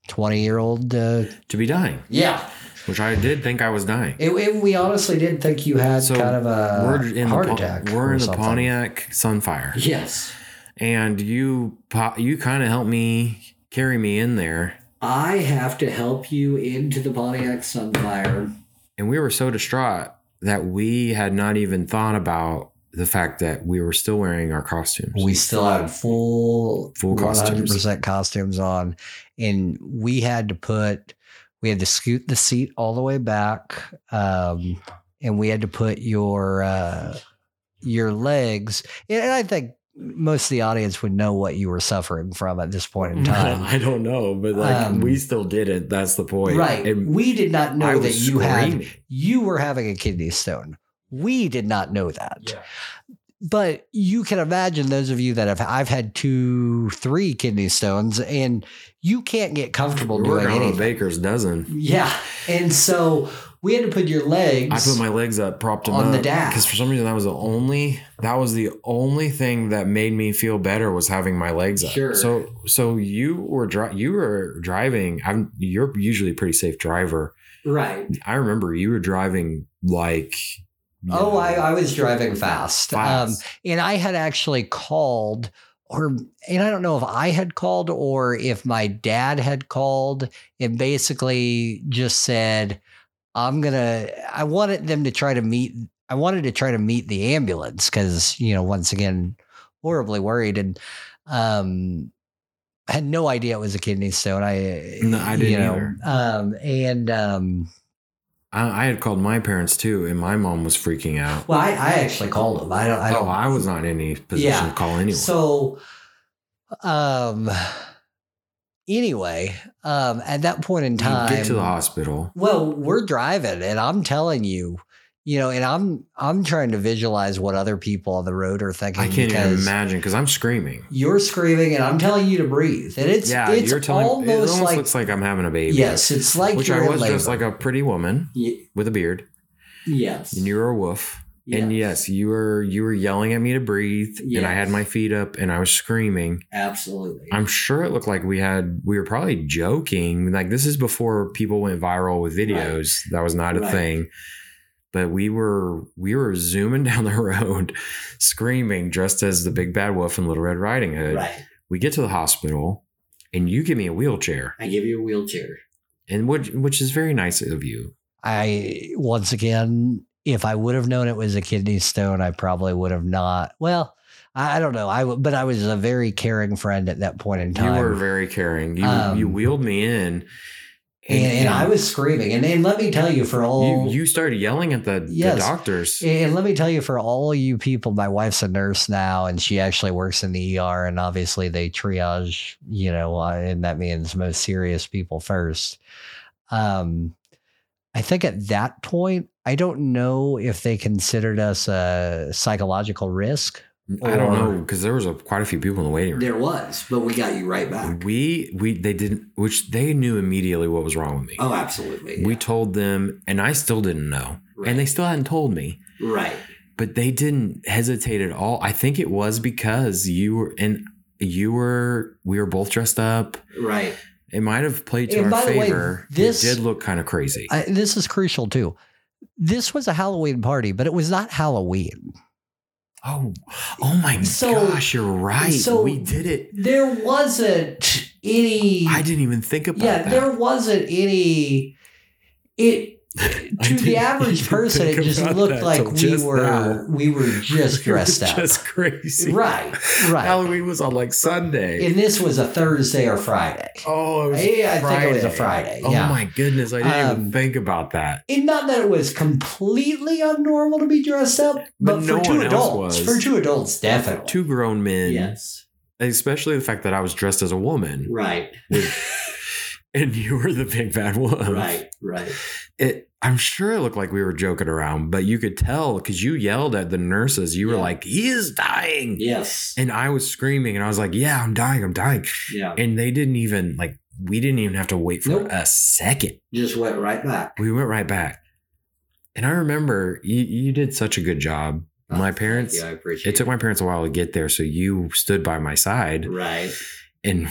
S2: 20 year old to
S1: to be dying,
S2: Yeah.
S1: which I did think I was dying.
S2: It, it- we honestly did think you had
S1: So,
S2: kind of a
S1: we're in
S2: Uh, heart
S1: the, Pon-
S2: attack.
S1: We're
S2: or
S1: in the
S2: something.
S1: Pontiac Sunfire,
S2: Yes.
S1: and you po- you kind of helped me carry me in there,
S2: I have to help you into the Pontiac Sunfire.
S1: and we were so distraught that we had not even thought about the fact that we were still wearing our costumes.
S2: We still had full,
S1: Full
S2: 100% costumes on. And we had to put, we had to scoot the seat all the way back. Um, and we had to put your, uh, your legs. And I think most of the audience would know what you were suffering from at this point in time.
S1: I don't know, but like
S2: Um,
S1: we still did it. That's the point,
S2: Right.
S1: And
S2: we did not
S1: I
S2: know that
S1: was
S2: you had
S1: screaming.
S2: you were having a kidney stone. We did not know that. but you can imagine those of you that have I've had two, three kidney stones, and you can't get comfortable
S1: We're
S2: doing
S1: working on a
S2: anything.
S1: baker's dozen.
S2: Yeah, and so we had to put your legs.
S1: I put my legs up, propped them
S2: On
S1: up,
S2: the dash.
S1: because for some reason that was the only that was the only thing that made me feel better was having my legs up.
S2: Sure.
S1: So so you were dri- you were driving. I'm you're usually a pretty safe driver.
S2: right.
S1: I remember you were driving like you
S2: Oh,
S1: know,
S2: I, I was driving fast. Um,
S1: fast.
S2: and I had actually called, or and I don't know if I had called or if my dad had called and basically just said, "I'm gonna." I wanted them to try to meet. I wanted to try to meet the ambulance because you know once again horribly worried and um I had no idea it was a kidney stone. I
S1: No, I didn't
S2: you know,
S1: either.
S2: Um, and um,
S1: I, I had called my parents too, and my mom was freaking out.
S2: well, I, I actually called them. I don't. I don't.
S1: oh, I was not in any position
S2: Yeah.
S1: to call anyone.
S2: So, um, anyway, um, at that point in
S1: You
S2: time,
S1: get to the hospital.
S2: well, we're driving, and I'm telling you, you know, and I'm I'm trying to visualize what other people on the road are thinking.
S1: I can't even
S2: because
S1: imagine because I'm screaming.
S2: You're screaming, and I'm telling you to breathe, and it's
S1: yeah,
S2: it's
S1: you're telling
S2: almost,
S1: it almost
S2: like
S1: looks like I'm having a baby.
S2: yes, it's like
S1: which
S2: you're
S1: I
S2: in
S1: was
S2: labor.
S1: dressed like a pretty woman
S2: Ye-
S1: with a beard,
S2: yes,
S1: and you were a wolf. And yes, you were you were yelling at me to breathe, and I
S2: Yes.
S1: had my feet up, and I was screaming.
S2: absolutely.
S1: I'm sure it looked like we had we were probably joking. Like this is before people went viral with videos. That was not a
S2: Right.
S1: thing. But we were we were zooming down the road, screaming, dressed as the big bad wolf in Little Red Riding Hood.
S2: right.
S1: We get to the hospital, and you give me a wheelchair,
S2: I give you a wheelchair.
S1: and which which is very nice of you.
S2: I once again, if I would have known it was a kidney stone, I probably would have not. Well, I, I don't know. I w- but I was a very caring friend at that point in time,
S1: You were very caring. You
S2: Um,
S1: you wheeled me in,
S2: and, and I was screaming. And, and let me tell you, for all
S1: You, you started yelling at the,
S2: Yes.
S1: the doctors.
S2: And let me tell you, for all you people, my wife's a nurse now, and she actually works in the ER, and obviously they triage, you know, uh, and that means most serious people first. Um, I think at that point, I don't know if they considered us a psychological risk.
S1: I don't
S2: Or-
S1: know because there was a, quite a few people in the waiting room.
S2: was, but we got you right
S1: We we they didn't, which they knew immediately what was wrong with
S2: Oh,
S1: me.
S2: absolutely.
S1: We told them, and I still didn't know, and they still hadn't told me.
S2: right.
S1: But they didn't hesitate at all. I think it was because you were and you were we were both dressed up.
S2: Right.
S1: It might have played to
S2: And
S1: our
S2: by the way,
S1: favor.
S2: this-
S1: it did look kind of crazy.
S2: I, this is crucial too. This was a Halloween party, but it was not Halloween.
S1: Oh, oh my
S2: So-
S1: gosh, you're right.
S2: so-
S1: we did it.
S2: there wasn't any
S1: I didn't even think about
S2: yeah
S1: that.
S2: there wasn't any it
S1: I
S2: to
S1: didn't
S2: the average
S1: even
S2: person it
S1: think
S2: just
S1: about
S2: looked
S1: that
S2: like
S1: till
S2: we
S1: just
S2: were
S1: now.
S2: we were just
S1: We were
S2: dressed up
S1: Just crazy.
S2: right right
S1: Halloween was on like Sunday.
S2: and this was a thursday or friday
S1: oh, it was
S2: Yeah, I
S1: Friday.
S2: think it was a Friday, yeah.
S1: Oh my goodness, I didn't even
S2: Um,
S1: think about that.
S2: and not that it was completely unnormal to be dressed up but,
S1: But
S2: for
S1: no
S2: two
S1: one else
S2: adults
S1: was.
S2: for two adults definitely
S1: Two grown men,
S2: yes
S1: especially the fact that I was dressed as a woman,
S2: right
S1: and you were the big bad wolf.
S2: right
S1: It. I'm sure it looked like we were joking around, but you could tell because you yelled at the nurses. You were
S2: Yeah.
S1: like, "He is dying."
S2: yes
S1: And I was screaming and I was like, yeah, I'm dying, I'm dying.
S2: yeah
S1: And they didn't even, like, we didn't even have to wait for
S2: Nope.
S1: a second.
S2: just went right back
S1: We went right back. And I remember you, you did such a good job. My parents,
S2: Oh, i appreciate
S1: it took my parents a while to get there. So you stood by my side
S2: Right.
S1: and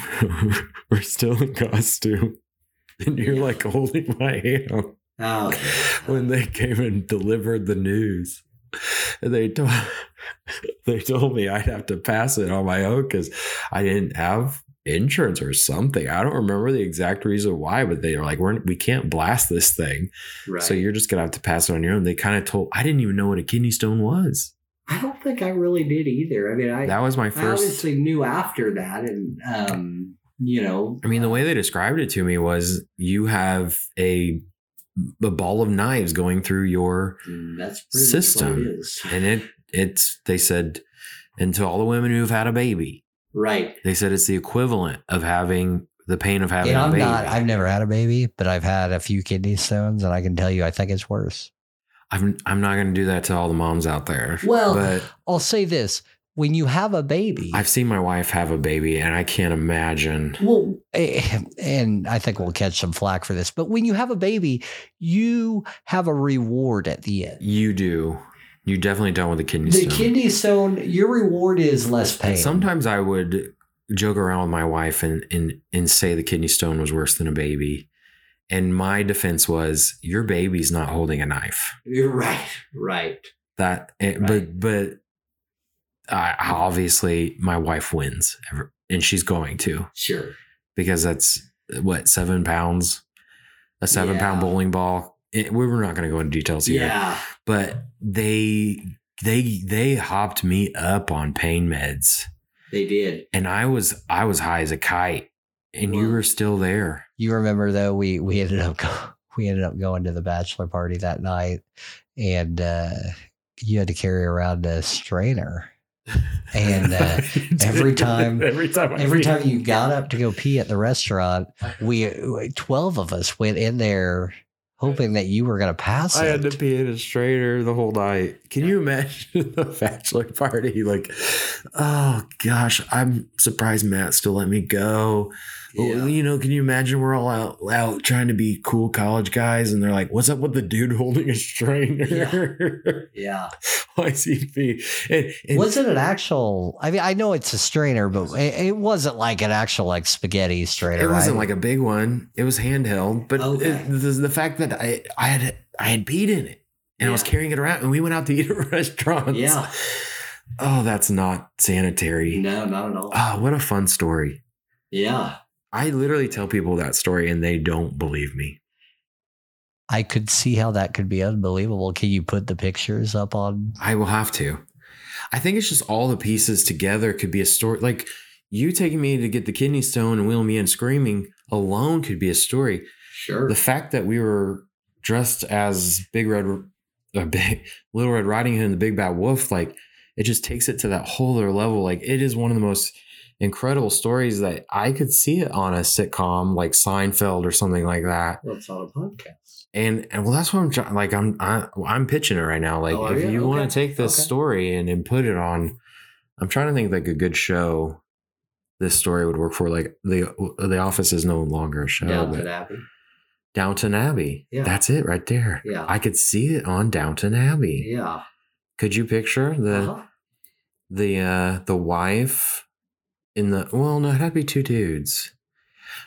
S1: we're still in costume. And you're like holding my hand
S2: Oh,
S1: when they came and delivered the news. And they told they told me I'd have to pass it on my own because I didn't have insurance or something. I don't remember the exact reason why, but they were like, "We're we can't blast this thing,
S2: right.
S1: so you're just gonna have to pass it on your own." They kind of told I didn't even know what a kidney stone was.
S2: I don't think I really did either. I mean, I,
S1: That was my
S2: I
S1: first.
S2: obviously knew after that, and um, you know,
S1: I mean, the way they described it to me was you have a a ball of knives going through your
S2: that's pretty Much
S1: System.
S2: what it is.
S1: and it it's they said and to all the women who've had a baby
S2: Right.
S1: they said it's the equivalent of having the pain of having
S2: And
S1: a
S2: I'm
S1: baby
S2: not. I've never had a baby, but I've had a few kidney stones, and I can tell you, I think it's worse.
S1: I'm I'm not going to do that to all the moms out there.
S2: Well-
S1: but
S2: I'll say this when you have a baby,
S1: I've seen my wife have a baby, and I can't imagine.
S2: well, eh, and I think we'll catch some flack for this, but when you have a baby, you have a reward at the end.
S1: You do. You definitely don't with the kidney
S2: The
S1: stone.
S2: kidney stone, your reward is less pain.
S1: Sometimes I would joke around with my wife and and and say the kidney stone was worse than a baby. And my defense was, your baby's not holding a knife.
S2: You're right, right.
S1: That, eh,
S2: Right.
S1: but but I, obviously my wife wins, every- and she's going to
S2: Sure.
S1: because that's what seven pounds, a seven pound
S2: Yeah.
S1: bowling ball. It, we were not going to go into details here,
S2: Yeah.
S1: but they they they hopped me up on pain meds.
S2: They did.
S1: and I was I was high as a kite, and you
S2: Wow.
S1: were still there.
S2: You remember though, we we ended up go, we ended up going to the bachelor party that night, and uh, you had to carry around a strainer, and uh, every time-
S1: every time, I
S2: every
S1: read-
S2: time you got up to go pee at the restaurant, we twelve of us went in there hoping that you were going to pass
S1: I
S2: it.
S1: had to pee at a straighter the whole night. Can you imagine the bachelor party? Like, oh gosh, I'm surprised Matt still let me go. Well, You know, can you imagine we're all out out trying to be cool college guys, and they're like, "What's up with the dude holding a strainer?
S2: yeah.
S1: Why is he pee?" And, and
S2: Was it an actual? I mean, I know it's a strainer, but it, it wasn't like an actual like spaghetti strainer.
S1: It wasn't
S2: right?
S1: like a big one. It was handheld, but
S2: Okay.
S1: it, the, the fact that I I had I had peed in it and I was
S2: Yeah.
S1: carrying it around, and we went out to eat at restaurants.
S2: Yeah.
S1: Oh, that's not sanitary.
S2: no, not at all.
S1: Ah, what a fun story.
S2: Yeah.
S1: I literally tell people that story and they don't believe me.
S2: I could see how that could be unbelievable. Can you put the pictures up on?
S1: I will have to. I think it's just all the pieces together could be a story. Like you taking me to get the kidney stone and wheeling me in screaming alone could be a story.
S2: Sure.
S1: the fact that we were dressed as Big Red, uh, big, Little Red Riding Hood and the Big Bad Wolf, like it just takes it to that whole other level. Like it is one of the most incredible stories that I could see it on a sitcom like Seinfeld or something like that.
S2: Well, it's on a podcast.
S1: And and well, that's what I'm trying. Like I'm I, I'm pitching it right now. Like
S2: Oh, are
S1: if
S2: you?
S1: you want
S2: Okay.
S1: to take this
S2: Okay.
S1: story and and put it on, I'm trying to think like a good show. This story would work for like the the office is no longer a show. Oh, but-
S2: Abbey.
S1: Downton Abbey.
S2: Yeah.
S1: That's it right there.
S2: Yeah.
S1: I could see it on Downton Abbey.
S2: Yeah. Uh-huh.
S1: Could you picture the the uh the wife in the well no, it had to be two dudes.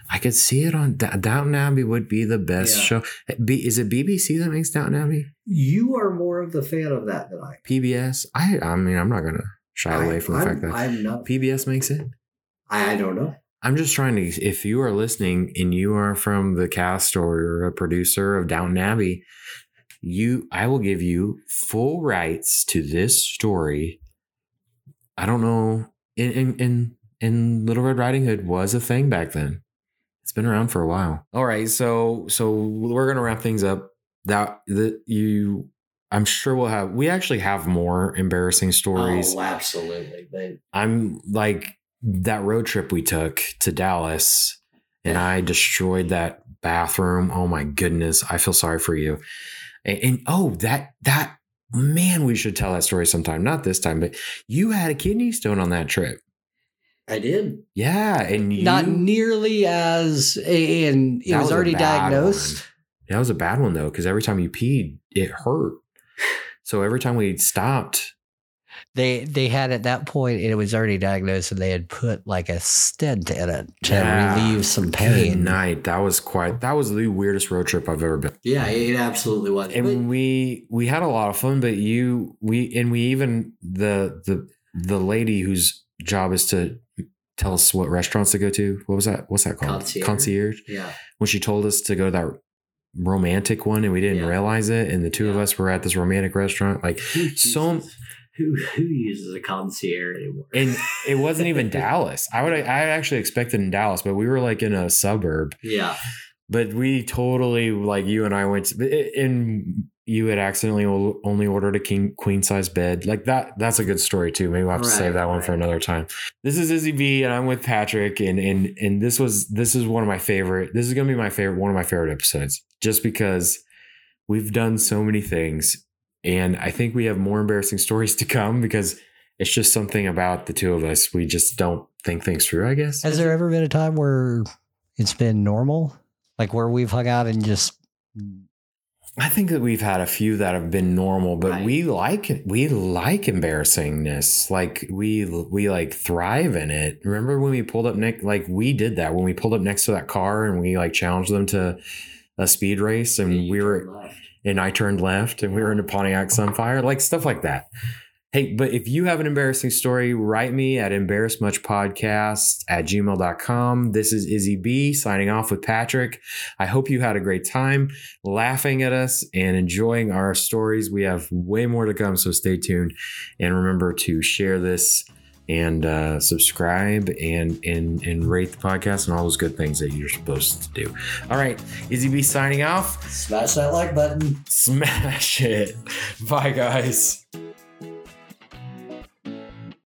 S1: I could see it on Da- Downton Abbey would be the best
S2: Yeah.
S1: show. B, is it BBC that makes Downton Abbey?
S2: You are more of the fan of that than I.
S1: PBS? I I mean I'm not going to shy away from the fact that
S2: I'm not.
S1: PBS makes it.
S2: I, I don't know.
S1: I'm just trying to. If you are listening and you are from the cast or you're a producer of Downton Abbey, you, I will give you full rights to this story. I don't know. In in in, in Little Red Riding Hood was a thing back then. It's been around for a while. All right, so so we're gonna wrap things up. That that you, I'm sure we'll have. We actually have more embarrassing stories.
S2: Oh, absolutely. But
S1: I'm like that road trip we took to Dallas and I destroyed that bathroom. Oh my goodness. I feel sorry for you. And, and oh, that, that man, we should tell that story sometime. Not this time, but you had a kidney stone on that trip.
S2: I did.
S1: Yeah. And you,
S2: Not nearly as, and it
S1: that
S2: was,
S1: a
S2: already
S1: bad
S2: diagnosed.
S1: one. That was a bad one though. Cause every time you peed, it hurt. So every time we stopped,
S2: They they had at that point, and it was already diagnosed, and they had put like a stent in it to
S1: Yeah.
S2: relieve some
S1: good
S2: pain.
S1: night. That was quite, that was the weirdest road trip I've ever been.
S2: Yeah, it absolutely was.
S1: and we we had a lot of fun but you we and we even the the the lady whose job is to tell us what restaurants to go to what was that what's that called
S2: Concierge. yeah,
S1: when she told us to go to that romantic one and we didn't
S2: Yeah.
S1: realize it and the two of
S2: Yeah.
S1: us were at this romantic restaurant like So-
S2: who who uses a concierge anymore?
S1: and it wasn't even dallas i would i actually expected in dallas but we were like in a suburb
S2: Yeah,
S1: but we totally like you and I went to, and you had accidentally o- only ordered a king queen size bed like that. That's a good story too. Maybe we'll have to
S2: Right,
S1: save that one for
S2: right.
S1: another time. This is Izzy B and I'm with Patrick and and and this was this is one of my favorite. This is gonna be my favorite one of my favorite episodes just because we've done so many things And I think we have more embarrassing stories to come because it's just something about the two of us. We just don't think things through, I guess.
S2: Has there ever been a time where it's been normal? Like where we've hung out and just
S1: I think that we've had a few that have been normal, but we like it. We like embarrassingness. Like we we like thrive in it. Remember when we pulled up next? Like we did that when we pulled up next to that car and we like challenged them to a speed race, and we were and I turned left and we were in a Pontiac Sunfire, like stuff like that. Hey, but if you have an embarrassing story, write me at embarrassmuchpodcast at gmail.com. This is Izzy B signing off with Patrick. I hope you had a great time laughing at us and enjoying our stories. We have way more to come, so stay tuned. And remember to share this and uh, subscribe and, and and rate the podcast and all those good things that you're supposed to do. All right, Izzy B signing off
S2: smash that like button?
S1: smash it. Bye, guys.